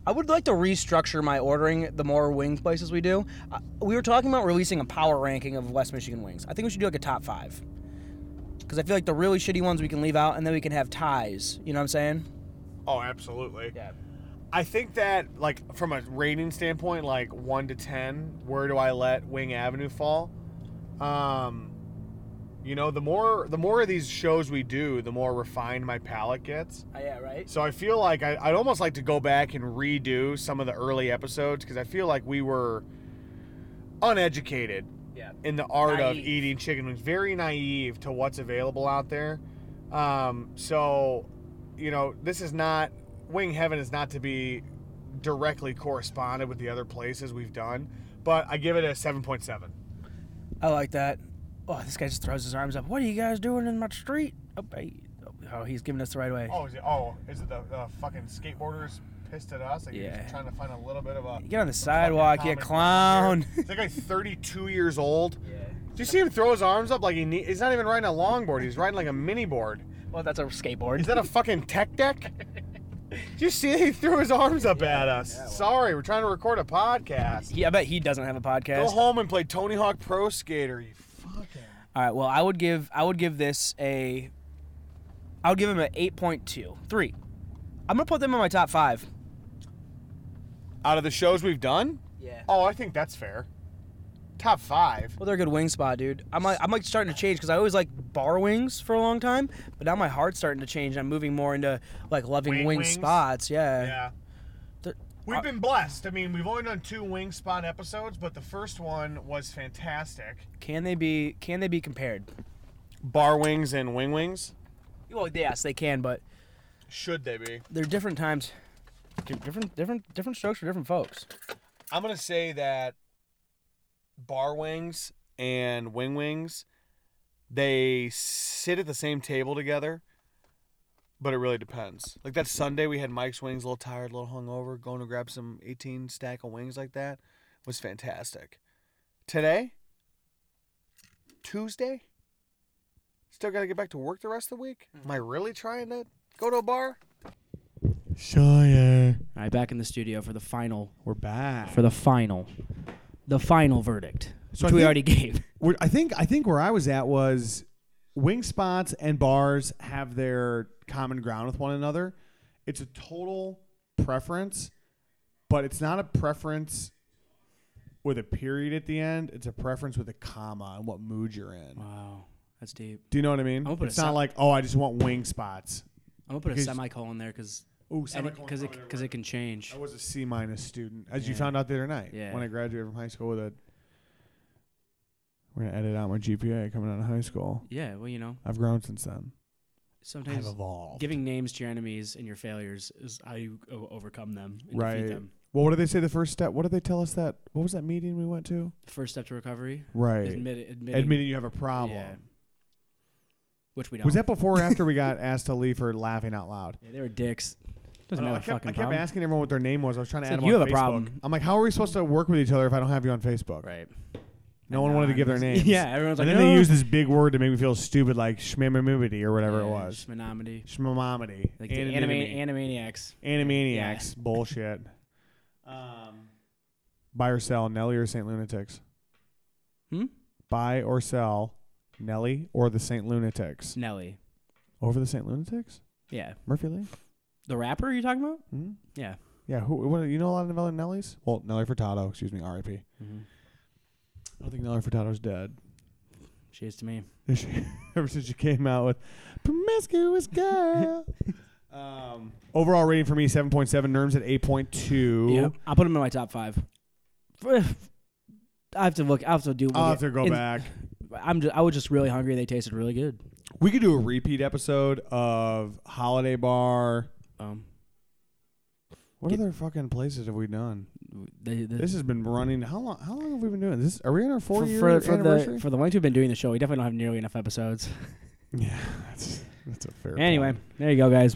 Speaker 1: I would like to restructure my ordering the more wing places we do. Uh, we were talking about releasing a power ranking of West Michigan wings. I think we should do like a top five. Because I feel like the really shitty ones we can leave out and then we can have ties. You know what I'm saying?
Speaker 2: Oh, absolutely. Yeah. I think that like from a rating standpoint, like one to ten, where do I let Wing Avenue fall? Um, you know, the more the more of these shows we do, the more refined my palate gets.
Speaker 1: Uh, yeah, right?
Speaker 2: So I feel like I, I'd almost like to go back and redo some of the early episodes because I feel like we were uneducated
Speaker 1: Yeah.
Speaker 2: in the art of
Speaker 1: Naive.
Speaker 2: eating chicken wings, very naive to what's available out there. Um, so, you know, this is not Wing Heaven is not to be directly corresponded with the other places we've done, but I give it a seven point seven.
Speaker 1: I like that. Oh, this guy just throws his arms up. What are you guys doing in my street? Oh, I, oh he's giving us the right way.
Speaker 2: Oh, is it? Oh, is it the uh, fucking skateboarders pissed at us? Like yeah.
Speaker 1: Yeah.
Speaker 2: Just trying to find a little bit of a.
Speaker 1: Get on the sidewalk, you clown.
Speaker 2: That guy's 32 years old. Yeah. Do you see him throw his arms up like he need, he's not even riding a longboard? He's riding like a mini board.
Speaker 1: Well, that's a skateboard.
Speaker 2: Is that a fucking tech deck? Do you see he threw his arms up at us? Sorry, we're trying to record a podcast.
Speaker 1: Yeah, I bet he doesn't have a podcast.
Speaker 2: Go home and play Tony Hawk Pro Skater. You
Speaker 1: All right. Well, I would give I would give this a I would give him an 8.2. 3. I'm going to put them in my top 5.
Speaker 2: Out of the shows we've done?
Speaker 1: Yeah.
Speaker 2: Oh, I think that's fair. Top 5.
Speaker 1: Well, they're a good wing spot, dude. I'm like I'm like starting to change cuz I always like bar wings for a long time, but now my heart's starting to change. I'm moving more into like loving
Speaker 2: Wing
Speaker 1: wing,
Speaker 2: wings?
Speaker 1: spots. Yeah.
Speaker 2: Yeah.
Speaker 1: They're-
Speaker 2: We've been blessed. I mean, we've only done two Wingspan episodes, but the first one was fantastic.
Speaker 1: Can they be can they be compared?
Speaker 2: Bar wings and wing wings?
Speaker 1: Well, yes, they can, but
Speaker 2: Should they be?
Speaker 1: they're different times. Different different different strokes for different folks.
Speaker 2: I'm gonna say that bar wings and wing wings, they sit at the same table together, but it really depends. Like that Sunday we had Mike's wings, a little tired, a little hungover, going to grab some 18 stack of wings like that was fantastic. Today, Tuesday, still gotta get back to work the rest of the week. Am I really trying to go to a bar?
Speaker 6: Shire. All right, back in the studio for the final.
Speaker 10: We're back
Speaker 6: for the final, the final verdict,
Speaker 10: So
Speaker 6: which
Speaker 10: I
Speaker 6: we
Speaker 10: think-
Speaker 6: already gave.
Speaker 10: We're- I think I think where I was at was wing spots and bars have their common ground with one another. It's a total preference, but it's not a preference with a period at the end. It's a preference with a comma and what mood you're in.
Speaker 6: Wow, that's deep.
Speaker 10: Do you know what I mean?
Speaker 6: I'll put
Speaker 10: it's
Speaker 6: a
Speaker 10: not
Speaker 6: sem-
Speaker 10: like oh, I just want wing spots.
Speaker 6: I'm gonna put a
Speaker 10: Because-
Speaker 6: semicolon there because
Speaker 10: Ooh, semicolon's
Speaker 6: because it because it can change.
Speaker 10: I was a C minus student, as you
Speaker 6: Yeah.
Speaker 10: found out the other night
Speaker 6: Yeah.
Speaker 10: when I graduated from high school with a We're gonna edit out my GPA coming out of high school.
Speaker 1: Yeah, well, you know.
Speaker 10: I've grown since then.
Speaker 1: Sometimes giving names to your enemies and your failures is how you o- overcome them and defeat
Speaker 10: Right.
Speaker 1: them.
Speaker 10: Well, what did they say? The first step. What did they tell us that? What was that meeting we went to?
Speaker 1: First step to recovery.
Speaker 10: Right.
Speaker 1: Admit it.
Speaker 10: Admitting, you have a problem.
Speaker 1: Yeah. Which we don't.
Speaker 10: Was that before or after we got asked to leave for laughing out loud?
Speaker 1: Yeah, they were dicks. Doesn't
Speaker 10: I know,
Speaker 1: have a
Speaker 10: I kept,
Speaker 1: fucking
Speaker 10: I kept
Speaker 1: problem.
Speaker 10: asking everyone what their name was. I was trying to
Speaker 1: It's
Speaker 10: add
Speaker 1: like,
Speaker 10: them
Speaker 1: you
Speaker 10: on
Speaker 1: have a
Speaker 10: Facebook.
Speaker 1: problem.
Speaker 10: I'm like, how are we supposed to work with each other if I don't have you on Facebook?
Speaker 1: Right.
Speaker 10: No one wanted to give their names.
Speaker 1: Yeah, everyone's
Speaker 10: and
Speaker 1: like, "Oh."
Speaker 10: then
Speaker 1: "No."
Speaker 10: they used this big word to make me feel stupid, like shmamamimity or whatever it was.
Speaker 1: Schminomedy.
Speaker 10: Shmamamity.
Speaker 1: Like the anime, Animaniacs.
Speaker 10: Animaniacs. Bullshit.
Speaker 1: Um,
Speaker 10: Buy or sell Nelly or Saint Lunatics.
Speaker 1: Hmm?
Speaker 10: Buy or sell Nelly or the Saint Lunatics.
Speaker 1: Nelly.
Speaker 10: Over the Saint Lunatics?
Speaker 1: Yeah.
Speaker 10: Murphy Lee?
Speaker 1: The rapper you're talking about?
Speaker 10: Hmm?
Speaker 1: Yeah.
Speaker 10: Yeah, who what, you know a lot of other Nellies? Well, Nelly Furtado, excuse me, R.I.P.
Speaker 1: Mhm.
Speaker 10: I don't think Nelly Furtado's dead.
Speaker 1: She is to me.
Speaker 10: Ever since she came out with Promiscuous Girl. um, Overall rating for me seven point seven. Nerms at eight point two.
Speaker 1: Yeah, I'll put him in my top five. I have to look. I have to do.
Speaker 10: I'll
Speaker 1: look
Speaker 10: have
Speaker 1: at-
Speaker 10: to go
Speaker 1: and
Speaker 10: back.
Speaker 1: I'm. Just, I was just really hungry. They tasted really good.
Speaker 10: We could do a repeat episode of Holiday Bar.
Speaker 1: Um,
Speaker 10: what other fucking places have we done?
Speaker 1: They, they-
Speaker 10: this has been running. How long? How long have we been doing this? Are we on our four
Speaker 1: for,
Speaker 10: year
Speaker 1: for, for
Speaker 10: anniversary?
Speaker 1: the for the length we've been doing the show, we definitely don't have nearly enough episodes.
Speaker 10: yeah, that's that's a fair.
Speaker 1: Anyway, there you go, guys.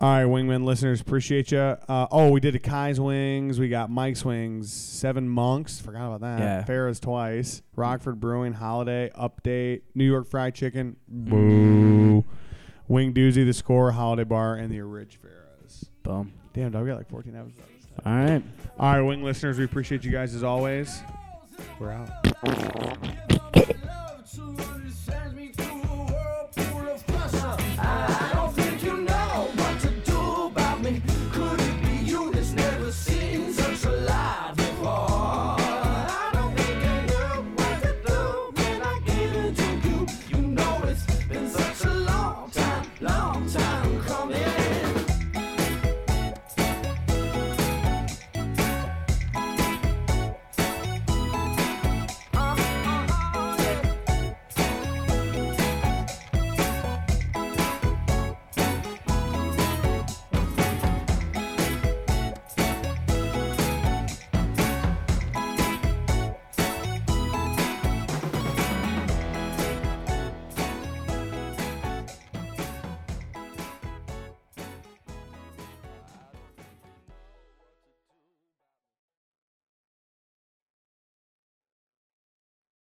Speaker 10: All right, Wingman listeners, appreciate you. Uh, oh, we did a Kai's Wings. We got Mike's Wings, Seven Monks. Forgot about that.
Speaker 1: Yeah.
Speaker 10: Farrah's twice. Rockford Brewing, Holiday, Update, New York Fried Chicken,
Speaker 1: Mm-hmm.
Speaker 10: Boo. Wing Doozy, The Score, Holiday Bar, and the Rich Farrah's.
Speaker 1: Boom.
Speaker 10: Damn, dog, we got like 14 hours. left.
Speaker 1: All right.
Speaker 10: All right, Wing listeners, we appreciate you guys as always. We're out.